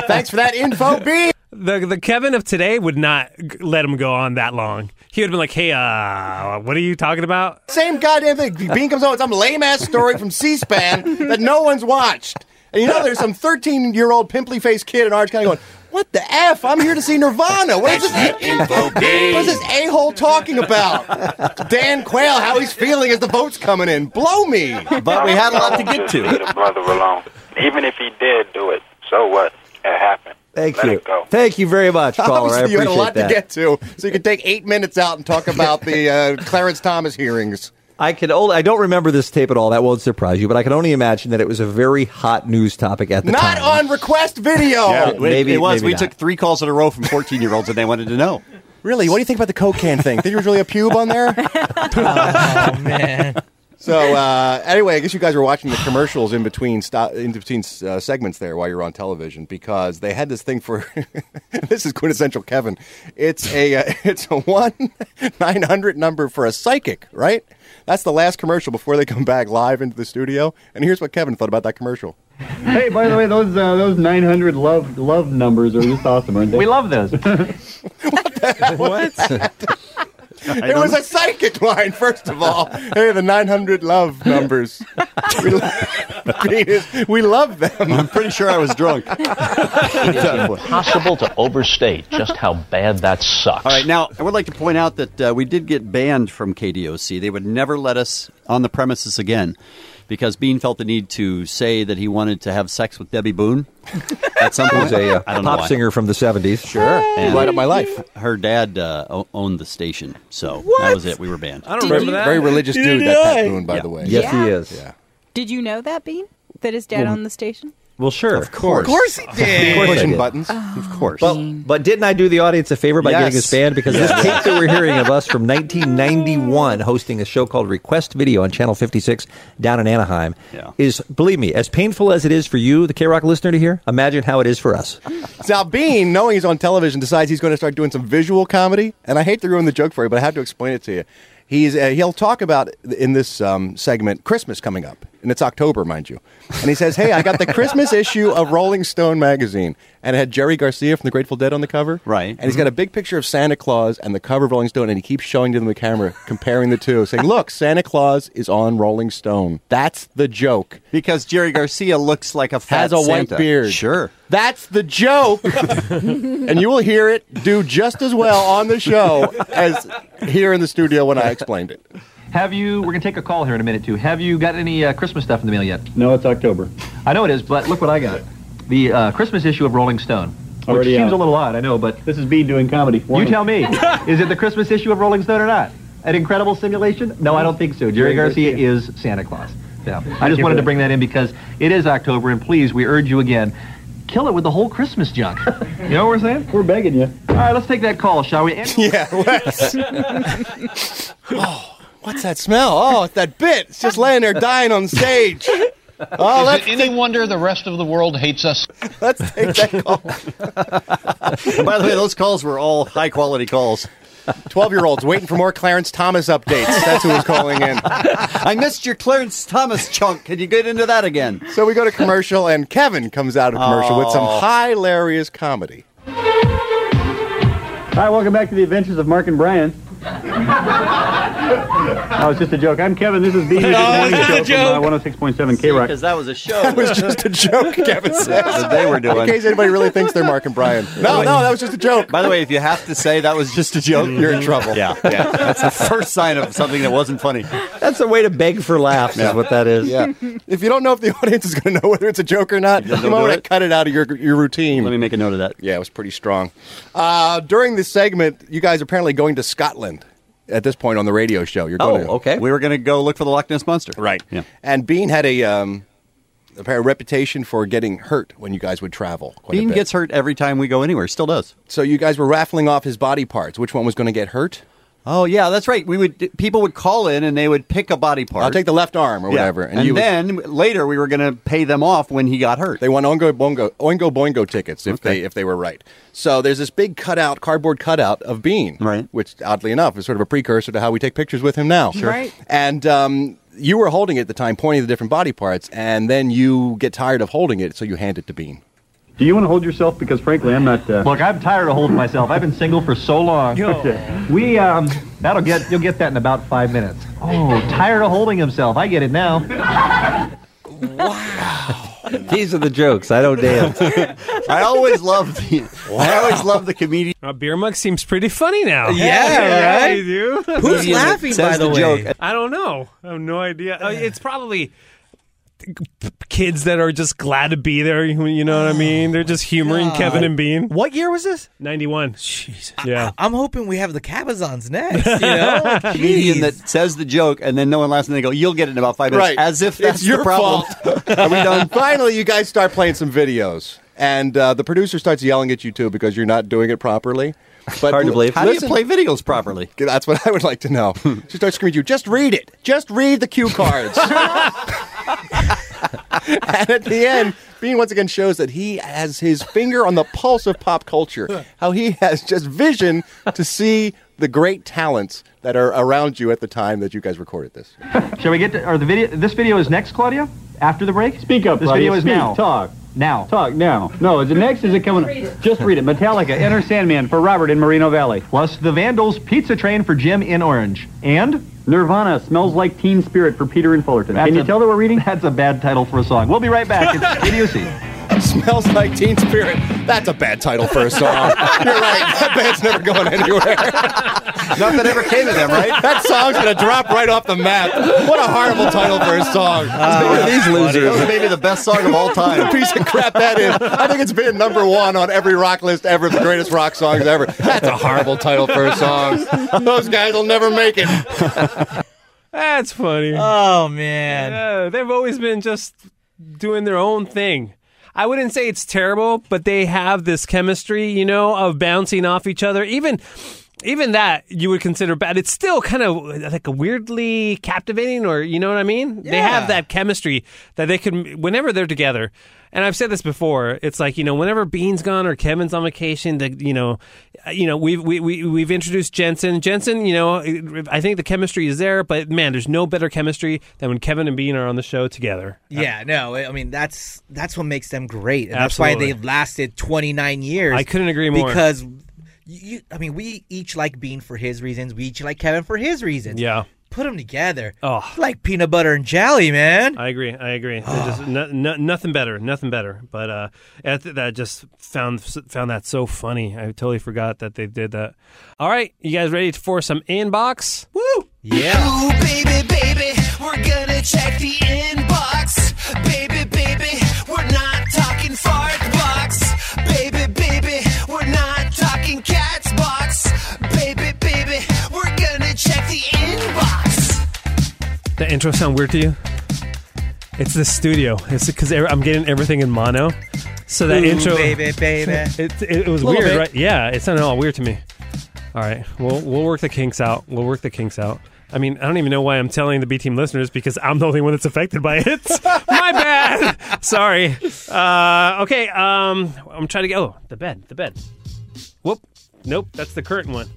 I: Thanks for that info, B.
B: The the Kevin of today would not g- let him go on that long. He would have been like, "Hey, uh, what are you talking about?"
I: Same goddamn thing. Bean comes on with some lame ass story from C-SPAN that no one's watched, and you know there's some 13 year old pimply faced kid in Orange County going. What the f? I'm here to see Nirvana. What is this? what is this a hole talking about? Dan Quayle, how he's feeling as the vote's coming in. Blow me.
H: But we had a lot to get to.
L: Leave the brother alone. Even if he did do it, so what? It happened.
F: Thank
L: Let
F: you.
L: It go.
F: Thank you very much, caller. I
I: Obviously, you had a
F: appreciate
I: lot
F: that.
I: to get to, so you could take eight minutes out and talk about the uh, Clarence Thomas hearings.
F: I could only, I don't remember this tape at all. That won't surprise you, but I can only imagine that it was a very hot news topic at the
I: Not
F: time.
I: on request video.
F: Yeah. Maybe-
H: it was.
F: maybe
H: we
F: not.
H: took three calls in a row from 14 year olds, and they wanted to know.
I: Really, what do you think about the Coke can thing? Think there was really a pube on there?
A: Oh man.
I: So uh, anyway, I guess you guys were watching the commercials in between sto- in between uh, segments there while you were on television because they had this thing for this is quintessential Kevin. It's a uh, it's a one nine hundred number for a psychic, right? That's the last commercial before they come back live into the studio. And here's what Kevin thought about that commercial.
K: Hey, by the way, those uh, those 900 love love numbers are just awesome, aren't they?
J: We love those.
I: it was a psychic line, first of all. hey, the 900 love numbers. we, lo- Venus, we love them.
H: I'm pretty sure I was drunk.
M: impossible to overstate just how bad that sucks.
H: All right, now I would like to point out that uh, we did get banned from KDOC. They would never let us on the premises again because Bean felt the need to say that he wanted to have sex with Debbie Boone at some
F: Who was
H: point.
F: a uh,
H: I don't know
F: pop
H: why.
F: singer from the 70s. Sure.
H: And
I: Light up my life.
H: Her dad uh, o- owned the station, so that was it. We were banned.
B: I don't
I: Very,
B: remember that.
I: very religious dude, that Pat Boone, by
H: Yeah.
I: the way.
F: Yes, he
N: Yeah.
F: is.
N: Did you know that, Bean? That his dad owned the station?
F: Well, sure. Of course.
A: Of course he did.
F: course I
I: Pushing
F: did.
I: buttons.
H: Of course.
F: But, but didn't I do the audience a favor by
H: Yes.
F: getting us banned? Because this tape that we're hearing of us from 1991 hosting a show called Request Video on Channel 56 down in Anaheim
H: Yeah.
F: is, believe me, as painful as it is for you, the K Rock listener, to hear, imagine how it is for us.
I: Now, Bean, knowing he's on television, decides he's going to start doing some visual comedy. And I hate to ruin the joke for you, but I have to explain it to you. He's, uh, he'll talk about in this um, segment Christmas coming up, and it's October, mind you. And he says, "Hey, I got the Christmas issue of Rolling Stone magazine, and it had Jerry Garcia from the Grateful Dead on the cover.
H: Right.
I: And he's got a big picture of Santa Claus and the cover of Rolling Stone, and he keeps showing to them the camera, comparing the two, saying, "Look, Santa Claus is on Rolling Stone. That's the joke.
H: because Jerry Garcia looks like a fat
I: has a white
H: Santa.
I: beard.
H: Sure.
I: That's the joke. and you will hear it do just as well on the show as here in the studio when I explained it.
J: Have you? We're gonna take a call here in a minute too. Have you got any uh, Christmas stuff in the mail yet?
K: No, it's October.
J: I know it is, but look what I got. The uh, Christmas issue of Rolling Stone. Which
K: Already out.
J: seems a little odd, I know, but
K: This is Bean doing comedy.
J: you tell me. is it the Christmas issue of Rolling Stone or not? An incredible simulation? No, I don't think so. Jerry Garcia is Santa Claus. Yeah. I just
K: you
J: wanted
K: for
J: to bring that in because it is October, and please, we urge you again, kill it with the whole Christmas junk. you know what we're saying?
K: We're begging you.
J: All right, let's take that call, shall we? And-
I: Yeah. Let's. oh, what's that smell? Oh, it's that bit. It's just laying there dying on stage. Oh, let's,
M: Any wonder the rest of the world hates us?
I: let's take that call.
H: And by the way, those calls were all high quality calls.
I: 12 year olds waiting for more Clarence Thomas updates. That's who was calling in.
H: I missed your Clarence Thomas chunk. Can you get into that again? Oh.
I: So we go to commercial, and Kevin comes out of commercial with some hilarious comedy.
K: Hi, welcome back to the Adventures of Mark and Brian. oh, it's just a joke. I'm Kevin. This is Bean. This is the morning show from, uh, 106.7 K Rock.
H: Because that was a show that
I: It's just a joke, Kevin says.
H: they were
I: In
H: doing.
I: case anybody really thinks they're Mark and Brian. No, no, that was just a joke.
H: By the way, if you have to say that was just a joke, you're
F: Mm-hmm.
H: in trouble. Yeah, yeah. That's the first sign of something that wasn't funny.
F: That's a way to beg for laughs, is what that is.
I: Yeah. If you don't know if the audience is going to know whether it's a joke or not, you
H: don't
I: might
H: do
I: want to
H: it.
I: cut it out of your your routine.
H: Let me make a note of that.
I: yeah, it was pretty strong. Uh, during this segment, you guys are apparently going to Scotland at this point on the radio show. You're
F: Oh,
I: going to,
F: okay.
H: We were going to go look for the Loch Ness monster.
I: Right.
H: Yeah.
I: And Bean had a um, apparent reputation for getting hurt when you guys would travel. Quite a
H: Bean
I: bit.
H: gets hurt every time we go anywhere. Still does.
I: So you guys were raffling off his body parts. Which one was going to get hurt?
H: Oh yeah, that's right. We would people would call in and they would pick a body part.
I: I'll take the left arm or
H: Yeah.
I: whatever.
H: And, then later we were going to pay them off when he got hurt.
I: They won Oingo Boingo Oingo Boingo tickets if
H: Okay.
I: they if they were right. So there's this big cutout cardboard cutout of Bean, right? Which oddly enough is sort of a precursor to how we take pictures with him now,
O: Sure. Right.
I: And um, you were holding it at the time, pointing to the different body parts, and then you get tired of holding it, so you hand it to Bean.
K: Do you want to hold yourself? Because frankly, I'm not. Uh... Look, I'm tired of holding myself. I've been single for so long. We um, that'll get you'll get that in about five minutes. Oh, tired of holding himself. I get it now.
F: These are the jokes. I don't dance.
H: I always love the. I always love the comedian.
B: beer mug seems pretty funny now.
F: Yeah,
B: you do.
F: Who's laughing, Says by the the way? joke.
B: I don't know. I have no idea. Uh, It's probably kids that are just glad to be there. You you know what I mean? They're just humoring
A: God.
B: Kevin and Bean.
C: What year was this?
B: Ninety-one. Jesus. Yeah.
A: I'm hoping we have the Cabazons next. You know, Like,
H: comedian
A: jeez.
H: that says the joke and then no one laughs and they go, "You'll get it in about five minutes,"
I: Right.
H: as if
I: It's
H: that's
I: your
H: the problem.
I: fault. Are we done? Finally, you guys start playing some videos, and uh, the producer starts yelling at you too because you're not doing it properly. But
H: Hard to believe. How do you play
I: videos properly? That's what I would like to know. she starts screaming at you. Just read it. Just read the cue cards. and at the end, Bean once again shows that he has his finger on the pulse of pop culture. How he has just vision to see the great talents that are around you at the time that you guys recorded this.
J: Shall we get to, or the video? This video is next, Claudia. After the break. Speak up. This
K: Claudia.
J: video is
K: Speak.
J: now.
K: Talk.
J: now.
K: Talk now. No, is it next? Is it coming? up? Just read it. Metallica, Enter Sandman for Robert in Moreno Valley.
J: Plus the Vandals Pizza Train for Jim in Orange. And
K: Nirvana smells like Teen Spirit for Peter and Fullerton.
J: That's
K: Can you
J: a-
K: tell that we're reading?
J: that's a bad title for a song. We'll be right back. It's video scene.
I: Smells like Teen Spirit. That's a bad title for a song. You're right. That band's never going anywhere. Nothing ever came to them, right? That song's going to drop right off the map. What a horrible title for a song.
H: these losers. That was maybe the best song of all time.
I: What a piece of crap that is. I think it's been number one on every rock list ever, the greatest rock songs ever. That's a horrible title for a song. Those guys will never make it.
B: That's funny.
A: Oh man.
B: Yeah, they've always been just doing their own thing. I wouldn't say it's terrible, but they have this chemistry, you know, of bouncing off each other. Even even that you would consider bad. It's still kind of like weirdly captivating or you know what I mean? They have that chemistry that they can whenever they're together. And I've said this before. It's like you know, whenever Bean's gone or Kevin's on vacation, the, you know, uh, you know, we've we, we we've introduced Jensen. Jensen, you know, I think the chemistry is there, but man, there's no better chemistry than when Kevin and Bean are on the show together.
A: Yeah, no, I I mean that's that's what makes them great, and
B: Absolutely.
A: that's why they've lasted 29 years.
B: I couldn't agree more.
A: Because you, I mean, we each like Bean for his reasons, we each like Kevin for his reasons.
B: Yeah.
A: put them together.
B: Oh,
A: like peanut butter and jelly, man.
B: I agree. I agree. They're just no, no, nothing better. Nothing better. But uh, I th- that just found found that so funny. I totally forgot that they did that. All right, you guys ready for some inbox? Woo! Yeah.
G: Ooh, baby, baby, we're gonna check the inbox. Baby, baby, we're not talking fart box. Baby, baby, we're not talking cat's box. Baby, baby, we're gonna check the inbox.
B: That intro sound weird to you? It's the studio. It's because I'm getting everything in mono. So that
A: Ooh,
B: intro,
A: baby, baby.
B: it, it, it was
A: Little
B: weird,
A: bit.
B: right? Yeah, it sounded all weird to me. All right, we'll we'll work the kinks out. We'll work the kinks out. I mean, I don't even know why I'm telling the B team listeners because I'm the only one that's affected by it. My bad. Sorry. Uh, okay. Um, I'm trying to get. Oh, the bed. The bed. Whoop. Nope. That's the current one.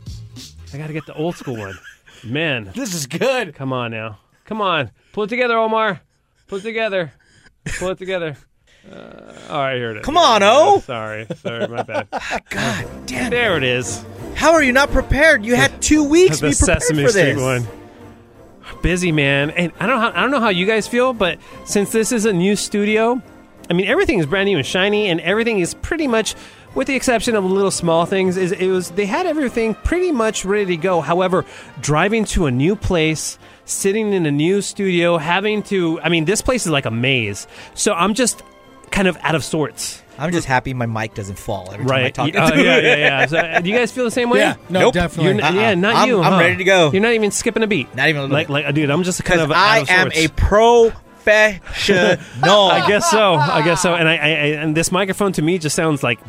B: I got to get the old school one. Man,
C: this is good.
B: Come on now. Come on. Pull it together, Omar. Pull it together. Pull it together. Uh, all right, here it is.
A: Come on, O.
B: Sorry, sorry, my bad. God damn. There it is.
A: How are you not prepared? You had two weeks. to
B: The
A: be prepared
B: Sesame
A: for
B: Street
A: this.
B: one. Busy man, and I don't know how, I don't know how you guys feel, but since this is a new studio, I mean everything is brand new and shiny, and everything is pretty much, with the exception of little small things, is it was they had everything pretty much ready to go. However, driving to a new place, sitting in a new studio, having to, I mean this place is like a maze. So I'm just kind of out of sorts.
A: I'm just happy my mic doesn't fall every
B: Right.
A: time I
B: Oh,
A: talk. into
B: yeah,
A: it.
B: yeah, yeah. So, uh, do you guys feel the same way?
A: Yeah. No,
B: Nope.
A: definitely.
B: You're n-
A: Uh-uh.
B: Yeah, not
A: I'm-
B: you.
A: I'm
B: huh?
A: ready to go.
B: You're not even skipping a beat. Not
A: even a little
B: like, like, dude, I'm just kind of.
A: I
B: out of
A: am
B: sorts.
A: a professional.
B: I guess so. I guess so. And I, I, I and this microphone to me just sounds like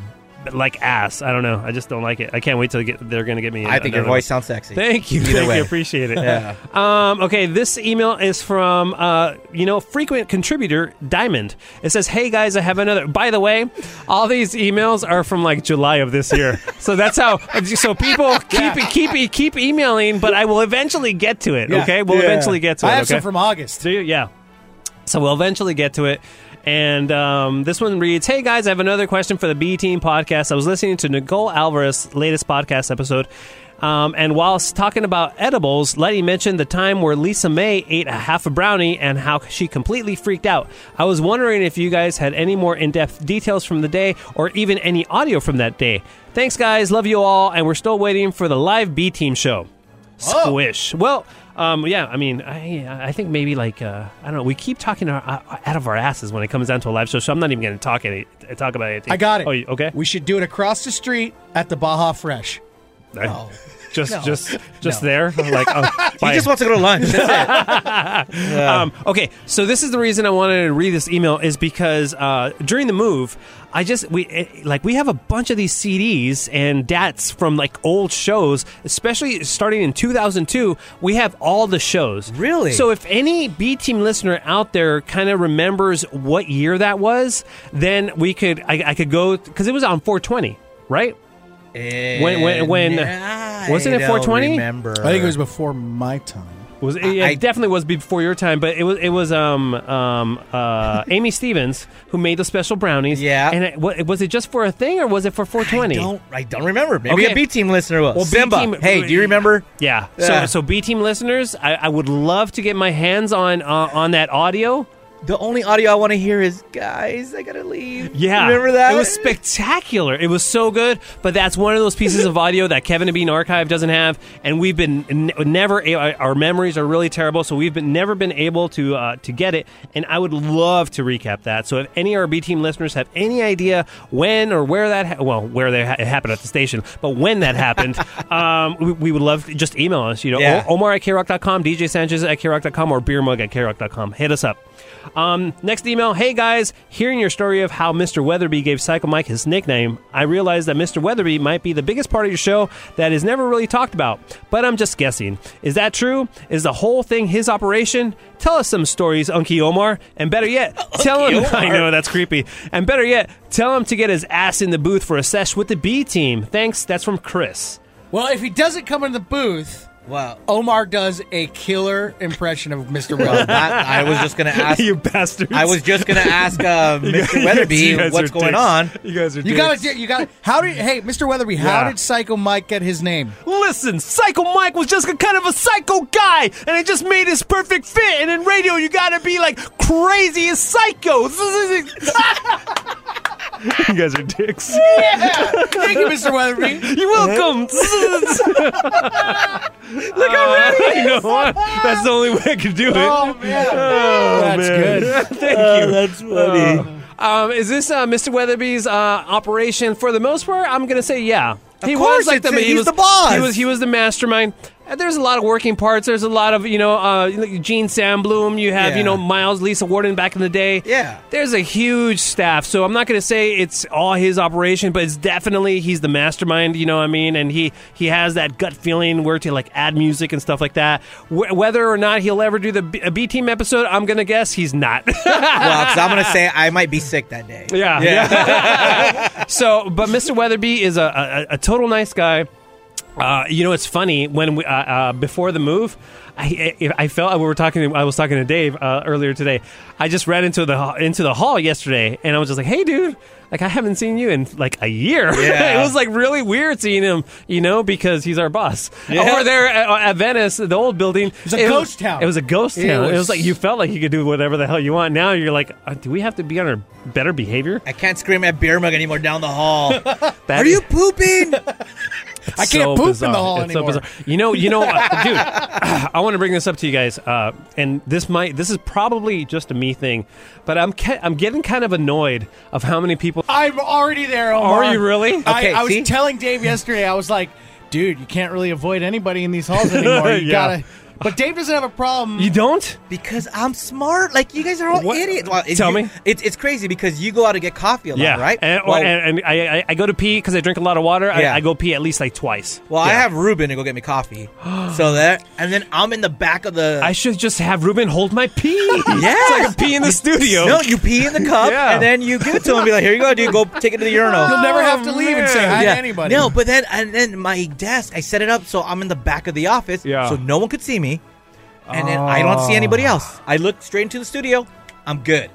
B: like ass. I don't know. I just don't like it. I can't wait till get, they're going to get me.
A: I think your
B: another
A: voice
B: one.
A: sounds sexy.
B: Thank you.
A: Either
B: Thank
A: way.
B: you. Appreciate it.
A: Yeah.
B: Um, okay, this email is from uh, you know frequent contributor Diamond. It says, "Hey guys, I have another." By the way, all these emails are from like July of this year, so that's how. So people keep keep keep emailing, but I will eventually get to it.
C: Yeah.
B: Okay, we'll
C: Yeah.
B: eventually get to
C: I
B: it.
C: have some
B: okay?
C: from August.
B: Do you? Yeah. So we'll eventually get to it. And um, this one reads Hey guys, I have another question for the B Team podcast. I was listening to Nicole Alvarez's latest podcast episode. Um, and whilst talking about edibles, Letty mentioned the time where Lisa May ate a half a brownie and how she completely freaked out. I was wondering if you guys had any more in depth details from the day or even any audio from that day. Thanks, guys. Love you all. And we're still waiting for the live B Team show.
C: Oh.
B: Squish. Well, um, yeah, I mean, I, I think maybe like uh, I don't know. We keep talking our, uh, out of our asses when it comes down to a live show, so I'm not even going to talk any talk about anything.
C: I got it.
B: Oh, you- okay.
C: We should do it across the street at the Baja Fresh.
B: I- Just,
C: No.
B: just, just there. Like, oh,
C: He just wants to
A: go to lunch.
B: um, okay, so this is the reason I wanted to read this email is because uh, during the move, I just we eh, like we have a bunch of these CDs and DATs from like old shows, especially starting in 2002. We have all the shows. Really? So if any B Team listener out there kind of remembers what year that was, then we could I, I could go because it was on 420, right? when when when
A: uh,
B: wasn't it 420?
C: I think it was before my time.
B: Was it, yeah, it definitely was before your time, but it was it was um um uh Amy Stevens who made the special brownies. Yeah, and it, wa- was it just for a thing or was it for 420? I don't,
A: I don't remember. Maybe a B team listener will.
B: Well, B
A: Simba.
B: team-
A: hey, do you remember?
B: Yeah.
A: Yeah.
B: So so B team listeners, I, I would love to get my hands on uh, on that audio.
A: The only audio I want to hear is guys, I gotta leave.
B: Yeah,
A: remember that?
B: It was spectacular. It was so good. But that's one of those pieces of audio that Kevin and Bean Archive doesn't have, and we've been n- never. a- Our memories are really terrible, so we've been never been able to uh, to get it. And I would love to recap that. So if any RB team listeners have any idea when or where that, ha- well, where they ha- it happened at the station, but when that happened, um, we, we would love to just email us. You know,
A: Yeah.
B: o- Omar at krock.com, DJ Sanchez at krock.com, or beermug at krock.com. Hit us up. Um, next email. Hey guys, hearing your story of how Mr. Weatherby gave Psycho Mike his nickname, I realized that Mr. Weatherby might be the biggest part of your show that is never really talked about, but I'm just guessing. Is that true? Is the whole thing his operation? Tell us some stories, Unky Omar, and better yet, tell him.
E: Omar.
B: I know that's creepy, and better yet, tell him to get his ass in the booth for a sesh with the B team. Thanks. That's from Chris.
C: Well, if he doesn't come in the booth,
A: well,
C: Omar does a killer impression of Mr.
A: Well,
C: Well.
A: that- I was just gonna ask- You
B: bastards.
A: I was just gonna ask uh,
C: You guys-
A: Mr.
C: you
A: Weatherby
C: guys
A: what's
C: are
A: going
C: dicks.
A: on.
B: You guys
C: You got to You got. How did? Hey, Mr. Weatherby, how
A: Yeah.
C: did Psycho Mike get his name?
B: Listen, Psycho Mike was just a kind of a psycho guy, and it just made his perfect fit. And in radio, you gotta be like crazy as psycho. you guys are dicks.
C: Yeah. Thank you, Mr. Weatherby.
B: You're welcome. Look
E: how
B: ready. You know what? That's the only way I could do it.
E: Oh,
B: man. Oh,
E: That's
B: man.
E: good.
B: Thank
E: Oh,
B: you.
E: that's funny.
B: Oh. um, is this uh, Mr. Weatherby's uh, operation for the most part? I'm gonna say yeah. he
E: course
B: was like
E: it's-
B: the he
E: he's
B: was,
E: the boss.
B: He was he was the mastermind. Uh, There's a lot of working parts. There's a lot of you know uh, like Gene Sambloom. You have
A: Yeah.
B: you know Miles, Lisa Warden back in the day.
A: Yeah.
B: There's a huge staff, so I'm not going to say it's all his operation, but it's definitely he's the mastermind. You know what I mean? And he he has that gut feeling where to like add music and stuff like that. Wh- whether or not he'll ever do the B, a B team episode, I'm going to guess he's not.
A: well, because I'm gonna say I might be sick that day.
B: Yeah. yeah. so, but Mr. Weatherby is a, a, a total nice guy. Uh, you know, it's funny when we, uh, uh, before the move, I, I, I felt we were talking. I was talking to Dave uh, earlier today. I just ran into the into the hall yesterday, and I was just like, "Hey, dude! Like, I haven't seen you in like a year.
E: Yeah.
B: it was like really weird seeing him, you know, because he's our boss.
E: Yeah.
B: Or there at, at Venice, the old building.
E: It's a
B: it was-
E: ghost town.
B: It was a ghost
E: It
B: town. It was,
E: was-
B: like you felt like you could do whatever the hell you want. Now you're like, uh, do we have to be on our better behavior?
A: I can't scream at beer mug anymore down the hall.
B: That
A: Are you pooping?
B: I
A: can't poop in the hall
B: it's
A: anymore.
B: So bizarre. You know, you know, uh, dude. I want to bring this up to you guys, uh, and this might, this is probably just a me thing, but I'm, ca- I'm getting kind of annoyed of how many people.
C: I'm already there. Omar.
B: Are you really?
C: I,
B: Okay,
C: I was
B: see?
C: telling Dave yesterday. I was like, dude, you can't really avoid anybody in these halls anymore. You
B: Yeah.
C: gotta But Dave doesn't have a problem.
B: You don't?
A: Because I'm smart. Like you guys are all idiots. Well, it's-
B: Tell
A: you-
B: me.
A: It's it's crazy because you go out to get coffee a lot,
B: yeah,
A: right?
B: And, or,
A: Well-
B: and, and I, I- I go to pee because I drink a lot of water.
A: Yeah.
B: I, I go pee at least like twice.
A: Well, I
B: Yeah.
A: have Ruben to go get me coffee. so that, and then I'm in the back of the.
B: I should just have Ruben hold my pee.
A: yeah,
B: so I can pee in the studio.
A: No, you pee in the cup,
B: Yeah.
A: and then you give it to him. And be like, here you go, dude. Go take it to the urinal.
C: You'll never have
B: Oh,
C: to leave and say hi to anybody.
A: No, but then and then my desk, I set it up so I'm in the back of the office,
B: Yeah.
A: so no one could see me, and then I don't see anybody
B: Oh.
A: else. I look straight into the studio. I'm good.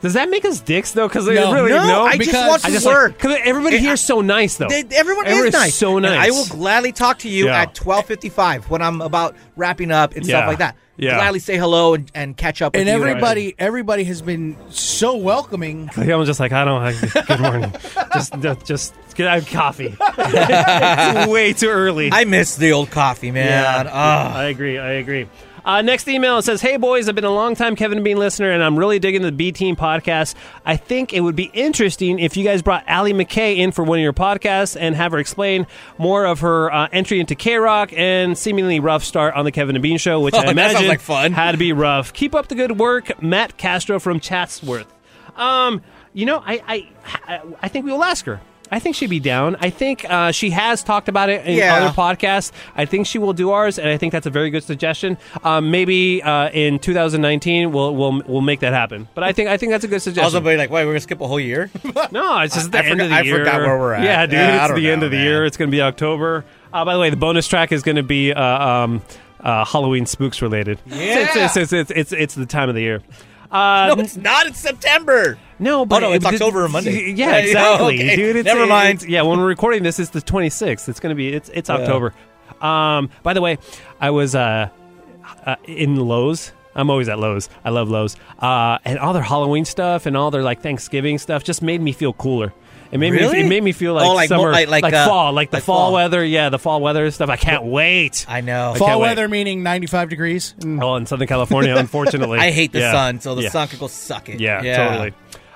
B: Does that make us dicks though? Because
A: No.
B: really
A: No,
B: no.
A: I just Because- want to work.
B: Because everybody
A: And
B: here's so nice though.
A: They, everyone
B: Everybody's
A: is nice.
B: So
A: And
B: nice.
A: I will gladly talk to you
B: Yeah.
A: at twelve fifty five when I'm about wrapping up and
B: Yeah.
A: stuff like that.
B: Yeah.
A: Gladly say hello and, and catch up. With
C: And
A: you
C: everybody, everybody has been so welcoming.
B: Like, I'm just like I don't. Have, good morning. just just get I have coffee. it's way too early.
A: I miss the old coffee, man.
B: Yeah,
A: Ah.
B: I agree. I agree. Uh, next email it says, "Hey boys, I've been a long time Kevin and Bean listener, and I'm really digging the B Team podcast. I think it would be interesting if you guys brought Allie McKay in for one of your podcasts and have her explain more of her uh, entry into K Rock and seemingly rough start on the Kevin and Bean show, which
A: Oh,
B: I
A: that sounds
B: imagine
A: like fun.
B: had to be rough. Keep up the good work, Matt Castro from Chatsworth. Um, you know, I I I- I think we will ask her." I think she'd be down. I think uh, she has talked about it in
A: Yeah.
B: other podcasts. I think she will do ours, and I think that's a very good suggestion. Um, maybe uh, in 2019, we'll we'll we'll make that happen. But I think I think that's a good suggestion.
A: Also, be like, wait, we're gonna skip a whole year?
B: no, it's just the
A: I
B: end
A: forgot-
B: of the
A: I
B: year.
A: forgot where we're at.
B: Yeah, dude,
A: Yeah, I
B: it's
A: don't
B: the end
A: know,
B: of the
A: man.
B: year. It's going to be October. Uh, by the way, the bonus track is going to be uh, um, uh, Halloween spooks related. It's, it's, it's, it's, it's, it's the time of the year. Uh,
A: no, it's not. It's September.
B: No,
A: oh
B: but
A: no, it's
B: it-
A: October and Monday.
B: Yeah, exactly,
A: okay.
B: dude. It's,
A: Never mind.
B: it's- yeah, when we're recording this, it's the 26th. It's gonna be it's it's October. Um, by the way, I was uh, uh in Lowe's. I'm always at Lowe's. I love Lowe's. Uh, and all their Halloween stuff and all their like Thanksgiving stuff just made me feel cooler. It made me
A: Really?
B: it made me feel like
A: Oh, like mo-
B: summer,
A: like- like, uh,
B: fall, like the
A: like
B: fall,
A: fall.
B: weather. Yeah, the fall weather stuff. I can't wait.
A: I know.
B: I
C: Fall
B: can't wait.
C: weather meaning 95 degrees. Mm.
B: Oh, in Southern California, unfortunately,
A: I hate the
B: Yeah.
A: sun, so the
B: Yeah.
A: sun could go suck it.
B: Yeah, totally.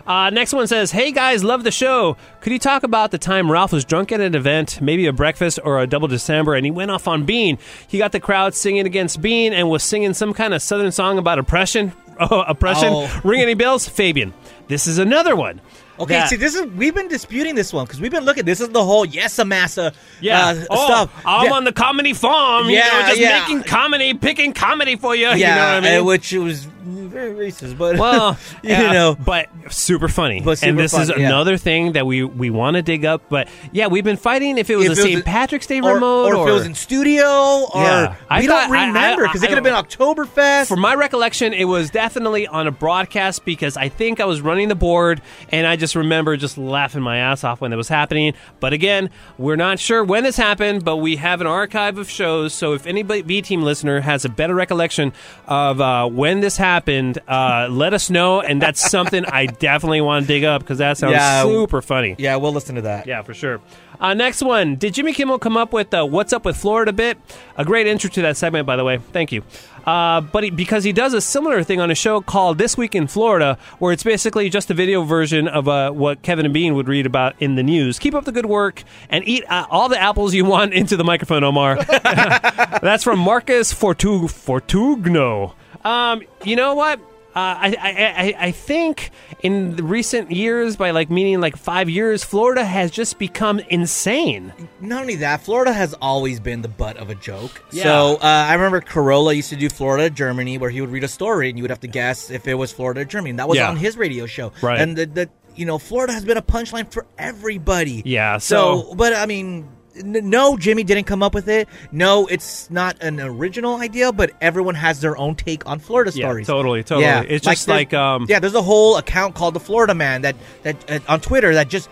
B: Uh, next one says, "Hey guys, love the show. Could you talk about the time Ralph was drunk at an event, maybe a breakfast or a double December, and he went off on Bean? He got the crowd singing against Bean and was singing some kind of Southern song about oppression. Oh, oppression.
A: Oh.
B: Ring any bells, Fabian? This is another one.
A: Okay,
B: that-
A: see, this is we've been disputing this one because we've been looking. This is the whole yes, Amasa
B: yeah.
A: uh,
B: oh,
A: stuff.
B: I'm
A: Yeah.
B: on the comedy farm. you
A: Yeah,
B: know, just
A: yeah.
B: making comedy, picking comedy for you. you know what I
A: yeah,
B: mean?
A: uh, which was very racist, but
B: Well,
A: you
B: yeah,
A: know,
B: but super funny.
A: But super
B: and this
A: fun,
B: is
A: yeah.
B: another thing that we we want to dig up. But yeah, we've been fighting if it was
A: If
B: a
A: it was
B: St.
A: a-
B: Patrick's Day
A: or,
B: remote
A: or, if it was in studio, or
B: Yeah. I
A: we
B: thought-
A: don't
B: I- I-
A: remember because
B: I-
A: it could have been Oktoberfest.
B: from my recollection, it was definitely on a broadcast because I think I was running the board and I just remember just laughing my ass off when that was happening. But again, we're not sure when this happened, but we have an archive of shows. So if any B Team listener has a better recollection of uh, when this happened, uh, let us know. And that's something I definitely want to dig up because that sounds
A: Yeah.
B: super funny.
A: yeah, we'll listen to that.
B: Yeah, for sure. Uh, next one. Did Jimmy Kimmel come up with uh, "What's Up with Florida" bit? A great intro to that segment, by the way. Thank you. Uh, but he, because he does a similar thing on a show called "This Week in Florida," where it's basically just a video version of uh, what Kevin and Bean would read about in the news. Keep up the good work and eat uh, all the apples you want into the microphone, Omar. That's from Marcus Fortu- Fortugno. Um, you know what? Uh, I, I, I- I think in the recent years, by like meaning like five years, Florida has just become insane.
A: Not only that, Florida has always been the butt of a joke.
B: Yeah.
A: So uh, I remember Corolla used to do Florida, Germany, where he would read a story and you would have to guess if it was Florida or Germany. And that was
B: Yeah.
A: on his radio show.
B: Right.
A: And the, the you know Florida has been a punchline for everybody.
B: Yeah,
A: So,
B: so-
A: but I mean. n- No, Jimmy didn't come up with it. No, it's not an original idea, but everyone has their own take on Florida
B: Yeah,
A: stories.
B: totally, totally. It's just
A: there's-
B: like, um,
A: yeah, there's a whole account called the Florida Man that that uh, on Twitter that just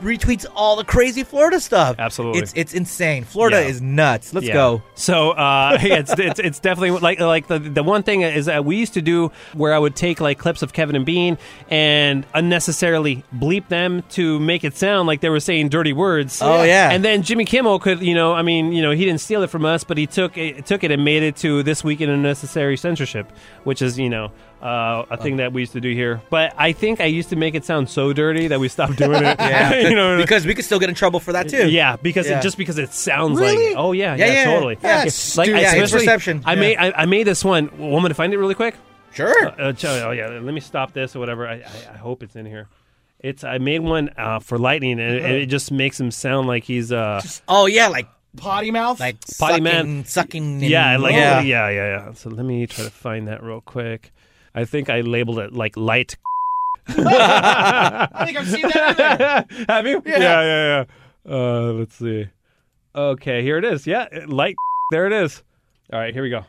A: retweets all the crazy Florida stuff.
B: Absolutely.
A: it's it's insane. Florida
B: Yeah.
A: is nuts. Let's
B: Yeah.
A: go.
B: So uh, yeah, it's, it's it's definitely like like the the one thing is that we used to do where I would take like clips of Kevin and Bean and unnecessarily bleep them to make it sound like they were saying dirty words.
A: Oh, yeah.
B: And then Jimmy Kimmel could you know I mean you know he didn't steal it from us, but he took it took it and made it to this week in unnecessary censorship, which is you know Uh, a thing that we used to do here, but I think I used to make it sound so dirty that we stopped doing it.
A: Yeah.
B: you know,
A: because we could still get in trouble for that too.
B: Yeah, because
A: Yeah.
B: It, just because it sounds
A: Really?
B: like, oh yeah,
A: Yeah,
B: yeah,
A: yeah,
B: totally.
A: yeah. Yeah,
B: Like,
A: it's stupid. Yeah, it's
B: especially-
A: perception.
B: I
A: Yeah.
B: made I, I made this one. Well, want me to find it really quick?
A: Sure.
B: Uh, uh, ch- oh yeah, let me stop this or whatever. I, I, I hope it's in here. It's I made one uh, for lightning, and it, and
A: Uh-huh.
B: it just makes him sound like he's uh,
A: Oh yeah, like
C: potty mouth,
A: like
B: potty
A: sucking,
B: man
A: sucking. and-
B: Yeah, like
A: yeah.
B: yeah. yeah, yeah, yeah. So let me try to find that real quick. I think I labeled it like light. I
C: think I've seen that in there.
B: Have you?
C: Yeah.
B: yeah, yeah. yeah. Uh, let's see. Okay, here it is. Yeah, it- light. There it is. All right, here we go.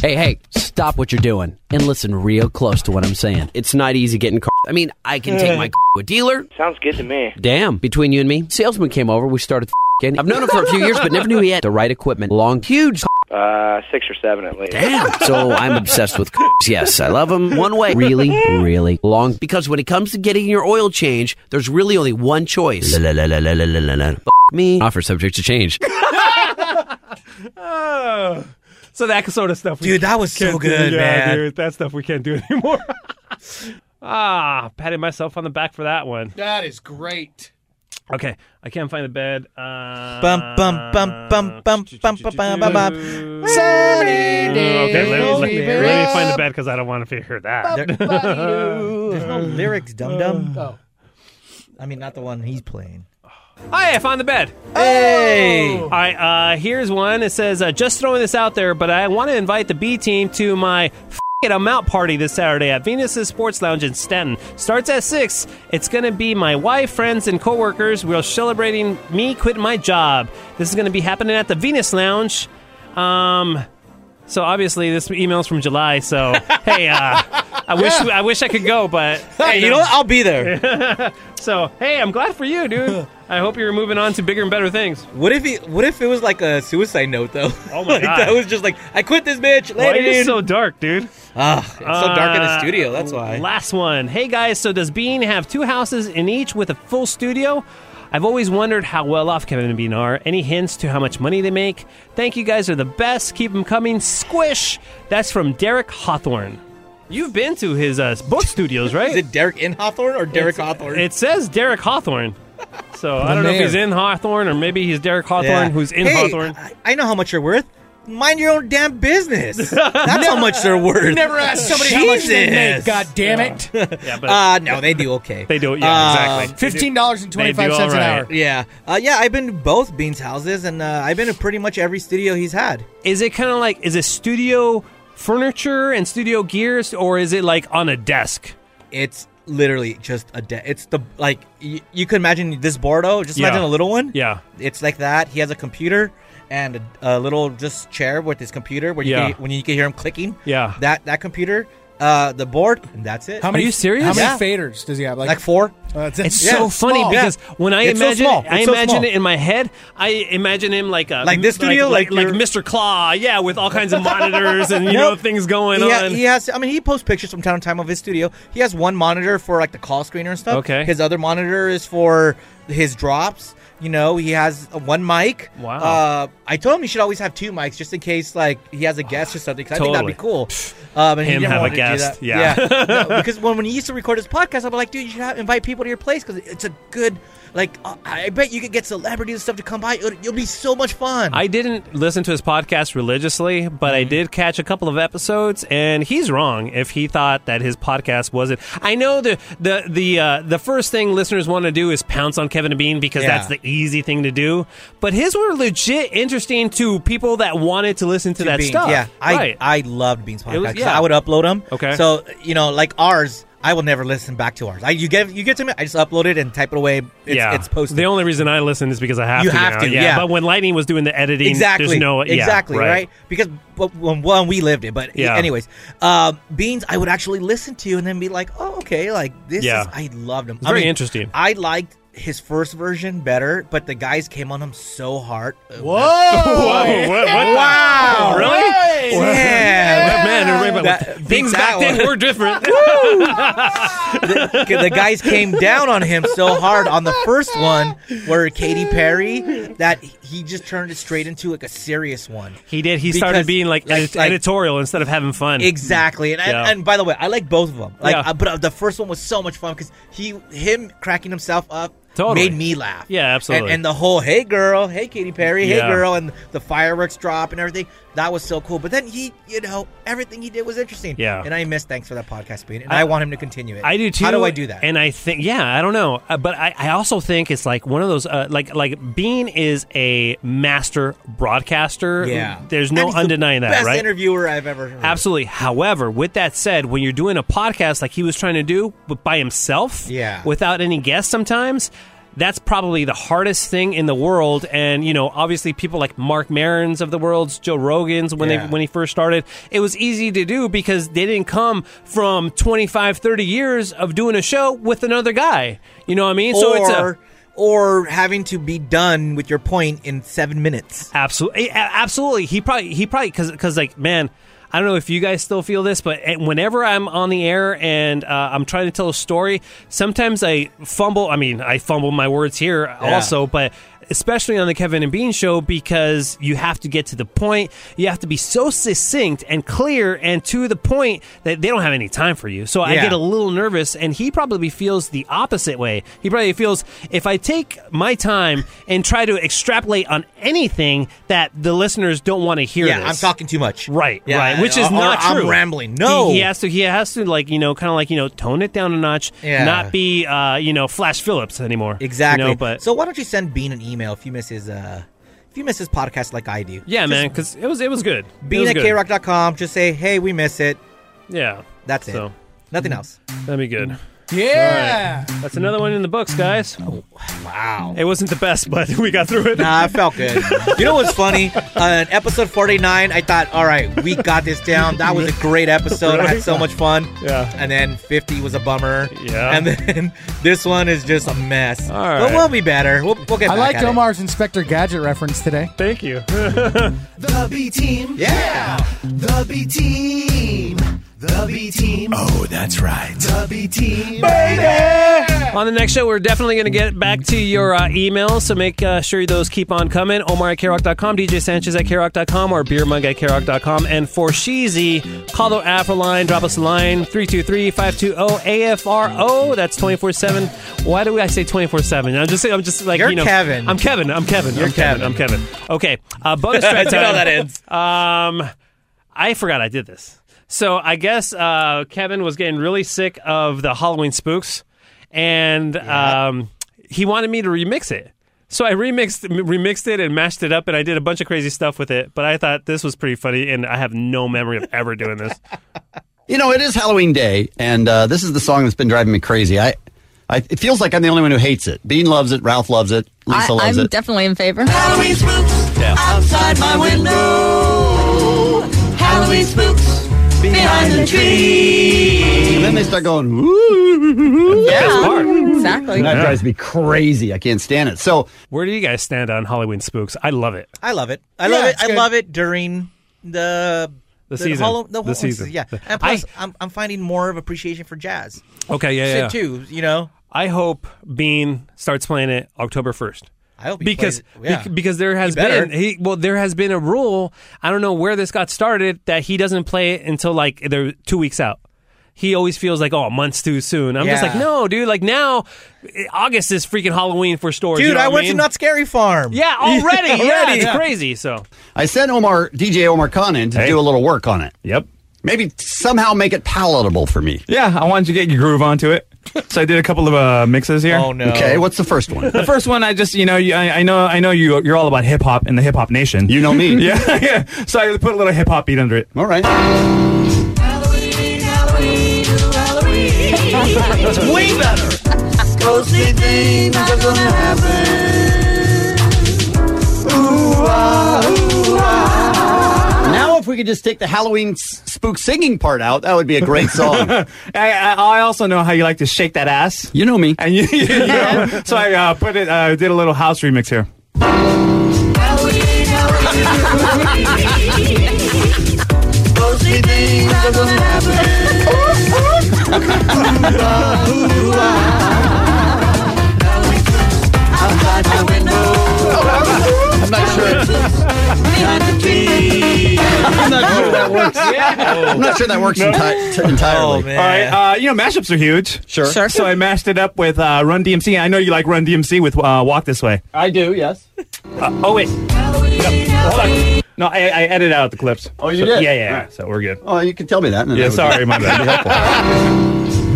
O: Hey, hey, stop what you're doing and listen real close to what I'm saying. It's not easy getting car. I mean, I can take my car to a dealer.
L: Sounds good to me.
O: Damn, between you and me, salesman came over. We started fing. I've known him for a few years, but never knew he had the right equipment. Long, huge.
L: Uh, six or seven at least.
O: Damn. So I'm obsessed with cars. Yes, I love them. One way, really, really long. Because when it comes to getting your oil change, there's really only one choice. La, la, la, la, la, la, la, la. F- Me. Offer subject to change.
B: Oh. So that sort of stuff, we
A: Dude, that was so
B: can't do.
A: good,
B: yeah,
A: man.
B: Dude, that stuff we can't do anymore. ah, patted myself on the back for that one.
C: That is great.
B: Okay, I can't find the bed. Uh,
A: Bum bum bum bum bum bum bum bum bum. bum.
B: Okay, let me, let me-
A: Baby.
B: let me find the bed because I don't want to hear that.
A: There's no lyrics, dum dum. Oh. I mean, not the one he's playing.
B: Hi, I found Oh, the bed.
A: Hey!
B: All right, uh, here's one. It says, uh, just throwing this out there, but I want to invite the B team to my F It I'm Out party this Saturday at Venus's Sports Lounge in Stanton. Starts at 6. It's going to be my wife, friends, and coworkers. We're celebrating me quitting my job. This is going to be happening at the Venus Lounge. Um... So obviously this email's from July. So hey, uh, I wish I wish I could go, but
A: Hey, you know what? I'll be
B: there. so hey, I'm glad for you, dude. I hope you're moving on to bigger and better things.
A: What if he? What if it was like a suicide note though?
B: Oh my
A: like,
B: God.
A: That was just like I quit this bitch. Later,
B: Why are you
A: dude.
B: so dark, dude? Uh,
A: Ugh, it's so dark in the studio, that's why.
B: Last one. Hey guys, so does Bean have two houses in each with a full studio? I've always wondered how well off Kevin and Bean are. Any hints to how much money they make? Thank you guys are the best. Keep them coming. Squish. That's from Derek Hawthorne. You've been to his uh, book studios, right? Is
A: it Derek in Hawthorne or Derek Hawthorne?
B: It says Derek Hawthorne. So I
A: The
B: don't know if
A: mayor.
B: he's in Hawthorne or maybe he's Derek Hawthorne
A: Yeah.
B: who's in
A: Hey,
B: Hawthorne.
A: I, I know how much you're worth. Mind your own damn business. That's how much they're worth.
C: Never ask somebody how much they make.
A: Jesus.
C: God damn it.
B: Yeah,
C: but-
A: uh, no, they do okay.
B: they do,
A: Uh,
C: Fifteen dollars and twenty-five cents an hour.
A: Yeah, uh, yeah. I've been to both Bean's houses, and uh, I've been to pretty much every studio he's had.
B: Is it kind of like is it studio furniture and studio gears, or is it like on a desk?
A: It's literally just a de- it's the like y- you could imagine this Bordeaux. Just imagine
B: Yeah.
A: a little one.
B: Yeah.
A: it's like that. He has a computer and a, a little just chair with his computer where you
B: Yeah.
A: can, when you can hear him clicking.
B: Yeah.
A: that that computer, uh, the board, and that's it.
C: How many? How many
A: Yeah.
C: faders does he have? Like, Uh,
A: Like four?
B: It's so funny
C: small.
B: because
C: Yeah.
B: when I
C: It's so
B: imagine,
C: small.
B: I
C: It's so
B: imagine
C: small.
B: it in my head. I imagine him like a
A: Like this studio?
B: like
A: Like
B: like, Mr. Claw, yeah, with all kinds of monitors and you know
A: Nope.
B: things going
A: he ha-
B: on.
A: he has. I mean, he posts pictures from time to time of his studio. He has one monitor for like the call screener and stuff.
B: Okay.
A: His other monitor is for his drops. You know, he has uh, one mic.
B: Wow.
A: Uh, I told him he should always have two mics just in case like he has a guest or something. 'cause I think that'd be cool. Um, and he
B: Him
A: never
B: have a
A: wanted to do
B: guest,
A: that.
B: yeah.
A: No, because when, when he used to record his podcast, I'd be like, dude, you should have, invite people to your place because it's a good. Like, uh, I bet you could get celebrities and stuff to come by. It'll, it'll be so much fun.
B: I didn't listen to his podcast religiously, but
A: Mm-hmm.
B: I did catch a couple of episodes, and he's wrong if he thought that his podcast wasn't. I know the the the uh, the first thing listeners want to do is pounce on Kevin and Bean because
A: Yeah.
B: that's the easy thing to do, but his were legit interesting to people that wanted to listen to, that
A: Beans,
B: stuff.
A: Yeah, I
B: right.
A: I loved Beans podcast.
B: It was-
A: 'cause
B: yeah.
A: I would upload them.
B: Okay.
A: So you know, like ours, I will never listen back to ours. I, you get you get to me, I just upload it and type it away. It's,
B: yeah,
A: it's posted.
B: The only reason I listen is because I have
A: You
B: to.
A: have
B: now.
A: to,
B: yeah.
A: yeah.
B: But when Lightning was doing the editing,
A: exactly.
B: There's no, yeah,
A: exactly. Right. Because but when one we lived it, but
B: Yeah.
A: anyways, um, Beans, I would actually listen to and then be like, oh okay, like this.
B: Yeah.
A: is I loved him.
B: It's very interesting.
A: I liked. His first version better, but the guys came on him so hard. Uh,
C: Whoa!
B: Whoa, what- what the-
A: wow!
B: Really?
A: Yeah.
B: Well, man,
A: That-
B: things
A: that
B: back then
A: one.
B: were different.
A: the, the guys came down on him so hard on the first one where Katy Perry that he he just turned it straight into like a serious one.
B: He did. He
A: Because,
B: started being like,
A: like-
B: edit-
A: like-
B: editorial instead of having fun.
A: Exactly, and,
B: Yeah.
A: and and by the way, I like both of them. Like,
B: Yeah.
A: uh, but uh, the first one was so much fun because he, him cracking himself up,
B: Totally.
A: made me laugh.
B: Yeah,
A: And-
B: absolutely.
A: And, the whole "Hey girl, hey Katy Perry, hey
B: Yeah.
A: girl," and the fireworks drop and everything that was so cool. But then he, you know, everything he did was interesting.
B: Yeah.
A: and I miss thanks for that podcast, Bean, and
B: I-
A: I, want him to continue it.
B: I do too.
A: How do I do that?
B: And I think, yeah, I don't know, uh, but I, I also think it's like one of those, uh, like like Bean is a master broadcaster.
A: Yeah.
B: there's no
A: And he's the
B: undenying that,
A: Best
B: right?
A: interviewer I've ever. Heard.
B: Absolutely. However, with that said, when you're doing a podcast like he was trying to do, but by himself,
A: Yeah.
B: without any guests, sometimes that's probably the hardest thing in the world. And you know, obviously, people like Mark Maron's of the world's, Joe Rogan's, when
A: Yeah.
B: they when he first started, it was easy to do because they didn't come from 25, 30 years of doing a show with another guy. You know what I mean?
A: or,
B: so it's a
A: or having to be done with your point in seven minutes.
B: Absolutely, eh, absolutely. He probably he probably because because like man, I don't know if you guys still feel this, but eh, whenever I'm on the air and uh, I'm trying to tell a story, sometimes I fumble. I mean, I fumble my words here
A: Yeah.
B: also, but. Especially on the Kevin and Bean show, because you have to get to the point. You have to be so succinct and clear and to the point that they don't have any time for you. So I
A: Yeah.
B: get a little nervous, and he probably feels the opposite way. He probably feels if I take my time and try to extrapolate on anything that the listeners don't want to hear.
A: Yeah,
B: this.
A: I'm talking too much.
B: Right,
A: Yeah, uh,
B: right, which is
A: or- or
B: not
A: I'm
B: true.
A: rambling. No.
B: he, he has to. He has to like you know, kind of like you know, tone it down a notch.
A: Yeah.
B: not be uh, you know Flash Phillips anymore.
A: Exactly.
B: You know, but
A: so why don't you send Bean an email if you miss his uh if you miss his podcast like I do?
B: yeah, man, because it was it was good. It
A: Bean
B: was
A: at
B: good.
A: krock.com. Just say, hey, we miss it.
B: Yeah,
A: That's it.
B: So.
A: Nothing else.
B: That'd be good.
A: Yeah. Oh,
B: All right. That's another one in the books, guys.
A: wow.
B: It wasn't the best, but we got through it.
A: Nah, it felt good. you know what's funny? Uh, in episode 49, I thought, all right, we got this down. That was a great episode. I had so much fun.
B: Yeah.
A: And then 50 was a bummer.
B: Yeah.
A: And then this one is just a mess. All
B: right.
A: But we'll be better. We'll, we'll get
C: I
A: back
C: liked
A: at it.
C: Omar's Inspector Gadget reference today.
B: Thank you.
A: Uh,
G: The B team. Yeah. The B team. The B team. Oh, that's right. The B team.
B: On the next show, we're definitely going to get back to your uh, emails, so make uh, sure those keep on coming. Omar at Krock.com, DJ Sanchez at Krock.com, or beer mug at Krock.com. And for Sheezy, call the Afro line, drop us a line, oh, 323-520-AFRO. That's 24-7. Why do I say 24-7? I'm just, I'm just like,
A: You're
B: you know.
A: Kevin.
B: I'm Kevin. I'm Kevin.
A: You're
B: I'm Kevin. I'm Kevin. Okay. Uh, bonus track
A: I don't know how
B: time.
A: that ends.
B: Um, I forgot I did this. So I guess uh, Kevin was getting really sick of the Halloween spooks, and um, he wanted me to remix it. So I remixed remixed it and mashed it up, and I did a bunch of crazy stuff with it. But I thought this was pretty funny, and I have no memory of ever doing this.
H: You know, it is Halloween Day, and uh, this is the song that's been driving me crazy. I, I, it feels like I'm the only one who hates it. Bean loves it. Ralph loves it. Lisa
P: I,
H: loves
P: am
H: it.
P: definitely in favor. Halloween spooks outside my window. Halloween spooks behind the tree.
H: and then they start going. Woo!
P: exactly.
H: And that drives me crazy. I can't stand it. So
B: where do you guys stand on Halloween spooks? I love it.
A: I love it. I
B: Yeah,
A: love it.
B: it's
A: I
B: good.
A: love it during the
B: The season.
A: Hollow-
B: The
A: whole-
B: season.
A: Yeah,
B: The-
A: and plus, I, am I'm finding more of appreciation for jazz.
B: Okay, yeah,
A: Shit,
B: yeah.
A: too. You know,
B: I hope Bean starts playing it October first.
A: I hope he
B: because
A: plays it, yeah.
B: bec- because there has
A: better.
B: been he well there has been a rule I don't know where this got started that he doesn't play it until like they're two weeks out. He always feels like oh months too soon. I'm just
A: Yeah.
B: like no dude like now eh, August is freaking Halloween for stores.
A: dude,
B: you know
A: I
B: what
A: went
B: mean?
A: to Not Scary Farm.
B: yeah already yeah
A: Already.
B: it's crazy so
H: I sent Omar DJ Omar Khan in to do a little work on it. Yep. Maybe somehow make it palatable for me.
Q: Yeah, I wanted to get your groove onto it, so I did a couple of uh, mixes here. Oh
A: no!
H: Okay, what's the first one?
Q: The first one, I just you know, you, I, I know, I know you. You're all about hip hop and the hip hop nation. You
H: know me.
Q: yeah, yeah. So I put a little hip hop beat under it.
H: All right.
G: It's way better. Ghostly things are gonna happen. Ooh, ah, ooh, ah.
H: Now, if we could just take the Halloween s- spook singing part out, that would be a great song.
Q: I, I I also know how you like to shake that ass.
H: You know me.
Q: And you, you know, so I uh, put it. I uh, did a little house remix here.
G: Ghostly things are gonna happen. Ooh, ah, ooh, ah. Outside my window.
H: I'm not I'm not sure that works enti- t-
B: Oh,
H: entirely.
Q: All right, uh, you know mashups are huge.
H: Sure. Sure.
Q: So I mashed it up with uh, Run DMC. I know you like Run DMC with uh, Walk This Way.
K: I do, yes.
Q: Uh, oh wait, no, I, I edited out the clips.
H: Oh, you
Q: So-
H: did?
Q: Yeah, yeah. yeah.
H: All right.
Q: So we're good.
H: Oh, you can tell me that. and
Q: Yeah,
H: that would
Q: sorry,
H: be-
Q: my
H: that'd be
Q: bad.
H: helpful.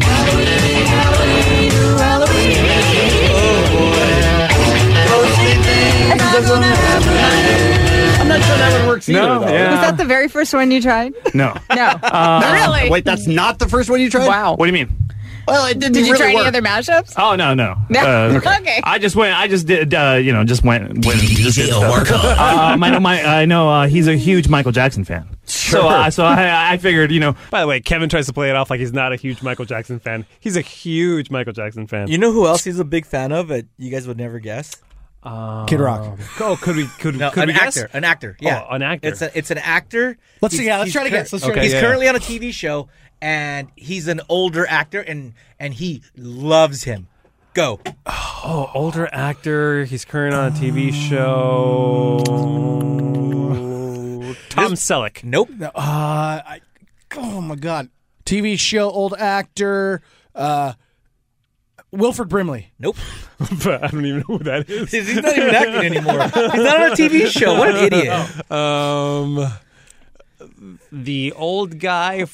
H: I'm not sure that would work either.
Q: No,
H: though.
Q: yeah.
N: Was that the very first one you tried?
Q: No. Uh,
N: No. really?
H: Uh, Wait, that's not the first one you tried.
N: Wow.
Q: What do you mean?
H: Well, it didn't.
N: Did you
H: really
N: try
H: work.
N: any other mashups?
Q: Oh no, no.
N: No.
Q: Uh,
N: Okay.
Q: I just went. I just did. Uh, you know, just went. went
O: DJ
Q: uh, um, I know. My, I know. Uh, he's a huge Michael Jackson fan. So, uh, so I, I figured, you know.
B: By the way, Kevin tries to play it off like he's not a huge Michael Jackson fan. He's a huge Michael Jackson fan.
A: You know who else he's a big fan of that you guys would never guess?
C: Kid Rock.
B: Oh, could we? Could,
A: No,
B: could
A: an
B: we guess?
A: actor. An actor. Yeah,
B: Oh, an actor.
A: It's, a, it's an actor.
C: Let's see, yeah, let's
A: he's
C: try to
A: cur-
C: guess, let's try to
A: He's
C: guess.
A: currently on a TV show, and he's an older actor, and and he loves him. Go.
B: Oh, older actor. He's current on a TV show. Tom Selleck.
A: Nope.
C: Uh, I, oh my God. TV show, old actor, uh, Wilford Brimley.
A: Nope.
B: but I don't even know who that is.
A: He's not even acting anymore. He's not on a TV show. What an idiot.
B: Um, the old guy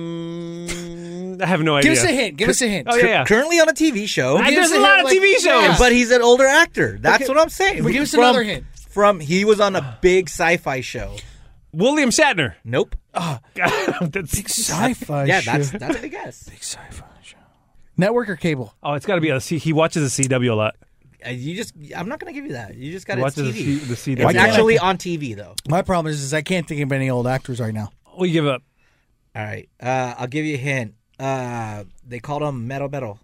B: from. I have no idea.
C: Give us a hint. Give us a hint.
B: Oh yeah, yeah.
A: Currently on a TV show.
B: I-
C: Give us
B: there's a lot
C: hint,
B: of TV shows.
A: But he's an older actor. That's
C: Okay.
A: what I'm saying.
C: Well, give us
A: From-
C: another hint.
A: From he was on a big sci-fi show.
B: William Shatner.
A: Nope.
B: That's-
C: Sci-fi
A: yeah,
C: show.
A: that's that's the guess.
C: Big sci-fi show. Network or cable?
B: oh, it's got to be. A C- he watches the CW a lot.
A: Uh, You just I'm not gonna give you that. You just got
B: Watch
A: it's
B: the
A: TV.
B: C- the CW.
A: It's
B: Why can't
A: actually on TV though.
C: My problem is, is I can't think of any old actors right now.
B: We give up.
A: All right. Uh, I'll give you a hint. Uh, they called him Metal Metal.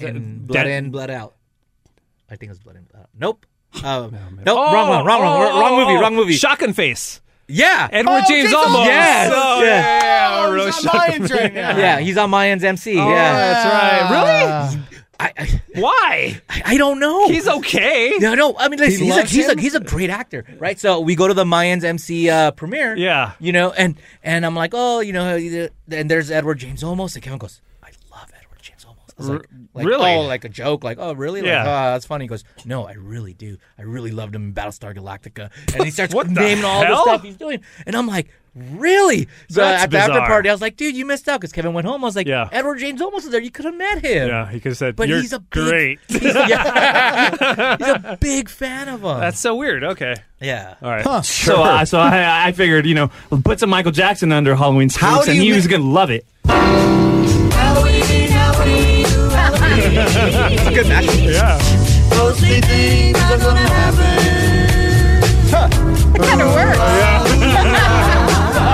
A: And Blood
B: that-
A: In, Blood Out. I think it was Blood In, Blood Out. Nope. Um, nope. wrong one. Wrong one. Wrong, wrong movie. Wrong movie.
B: Shock and Oh, Face.
A: yeah. Oh,
B: Edward James
C: Oh, James
B: Olmos.
C: Olmos.
A: Yes.
B: Oh,
A: Yeah.
B: yeah.
C: Oh,
B: Real
C: he's on
B: shock and
C: Lions
B: face.
C: right now. Ah.
A: yeah, he's on Mayans MC.
B: Oh,
A: yeah.
B: that's right. Really?
A: I, I
B: Why?
A: I don't know.
B: He's okay.
A: no, no. I mean, listen, he's a
C: loves
A: he's
C: him?
A: a he's a great actor, right? So we go to the Mayans MC uh, premiere.
B: Yeah.
A: You know, and and I'm like, oh, you know, and there's Edward James Olmos, and Kevin goes, I love Edward James Olmos. I was like, like,
B: really?
A: Oh, like a joke, like, oh, really? Like,
B: Yeah.
A: oh, that's funny. He goes, no, I really do. I really loved him in Battlestar Galactica, and he starts
B: What the
A: naming all the
B: hell?
A: stuff he's doing, and I'm like. Really? So
B: That's
A: at the after
B: bizarre.
A: party, I was like, "Dude, you missed out because Kevin went home." I was like,
B: Yeah.
A: "Edward James Olmos is there. You could have met him."
B: Yeah, he could have said,
A: But
B: "You're
A: he's a big-
B: great."
A: He's, yeah. He's a big fan of him.
B: That's so weird. Okay.
A: yeah.
B: All right.
C: Huh.
Q: So, uh, so I, I figured, you know, put some Michael Jackson under Halloween
H: How
Q: spooks,
H: do
Q: and
H: you
Q: he
H: ma-
Q: was gonna love it.
A: It's a good match.
B: Yeah.
N: Kind
F: Oh,
N: of works.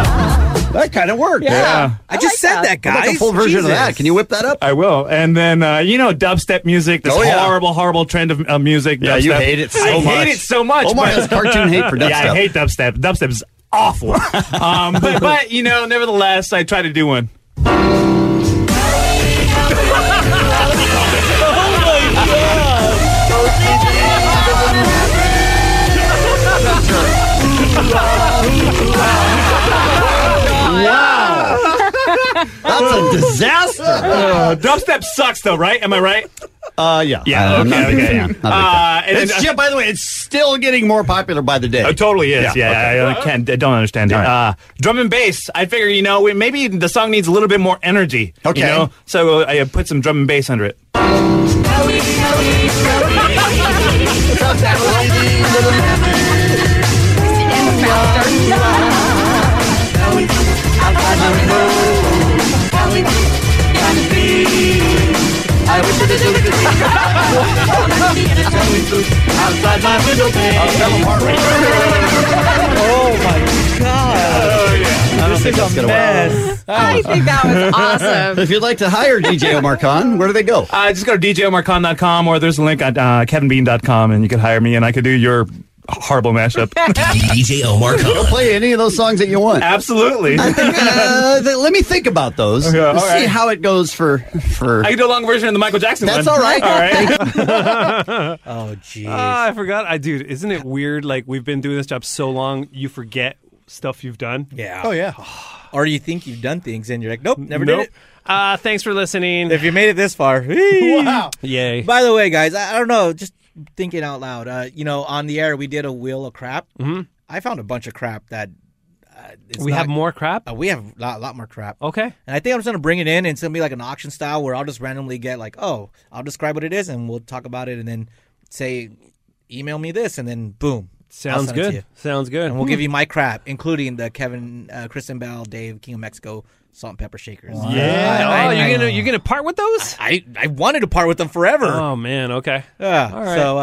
H: That kind of worked.
B: uh,
Q: Yeah.
A: I just said that,
H: I'd
A: guys.
H: Like a full version of that. Can you whip that up?
Q: I will. And then uh, you know dubstep music, this
H: Oh, yeah.
Q: horrible, horrible trend of uh, music.
H: Yeah, you
Q: dubstep.
H: hate it so
Q: I
H: much.
Q: hate it so much.
H: Omar
Q: but-
H: has cartoon hate for
Q: yeah,
H: dubstep.
Q: I hate dubstep. Dubstep is awful. um, but, but you know, nevertheless, I try to do one.
H: That's a disaster.
Q: Oh.
F: Oh.
Q: Uh, dubstep sucks, though, right? Am I right?
H: Uh, yeah.
Q: Yeah,
H: Uh, I'm
Q: okay,
H: not a big
Q: okay.
H: fan. Not a big
Q: Uh,
H: fan.
Q: and then-
H: It's- yeah, by the way, it's still getting more popular by the day.
Q: It Oh, totally is. Yeah,
H: Yeah,
Q: I, I can't. I don't understand it.
H: All right.
Q: Uh, drum and bass. I figure you know we, maybe the song needs a little bit more energy.
H: Okay.
Q: You know? So uh, I put some drum and bass under it.
A: This is a mess.
N: I think that was awesome.
H: If you'd like to hire DJ Omar Khan, where do they go?
Q: Uh, just go to djomarcon.com or there's a link at uh, kevinbean.com and you can hire me and I could do your horrible mashup.
O: DJ Omar
H: Go play any of those songs that you want.
Q: Absolutely. I
H: Uh, th- let me think about those.
Q: Okay, all
H: Let's see
Q: right.
H: how it goes for for.
Q: can do a long version of the Michael Jackson
H: That's
Q: one.
H: all right.
Q: All right.
A: Oh, jeez.
B: Ah, I forgot. I dude, isn't it weird? Like we've been doing this job so long, you forget stuff you've done.
A: Yeah.
B: Oh,
C: yeah.
A: or you think you've done things and you're like, nope, never
B: nope.
A: did it.
B: Uh, thanks for listening.
A: If you made it this far, wow.
B: Yay.
A: By the way, guys, I, I don't know, just thinking out loud. Uh, you know, on the air we did a wheel of crap.
B: Mhm.
A: I found a bunch of crap that uh, it's
B: We
A: not-
B: have more crap.
A: Uh, we have a lot, lot more crap.
B: Okay.
A: And I think I'm just gonna bring it in, and it's gonna be like an auction style where I'll just randomly get like, oh, I'll describe what it is, and we'll talk about it, and then say, email me this, and then boom. I'll
B: Sounds
A: send it to
B: good.
A: you.
B: Sounds good.
A: And we'll give
B: Hmm.
A: you my crap, including the Kevin, uh, Kristen Bell, Dave, King of Mexico, salt and pepper shakers.
B: Yeah.
A: I-
B: oh,
A: I-
B: you're gonna you're gonna part with those?
A: I I wanted to part with them forever.
B: Oh man. Okay.
A: Yeah.
B: All right.
A: So. Uh,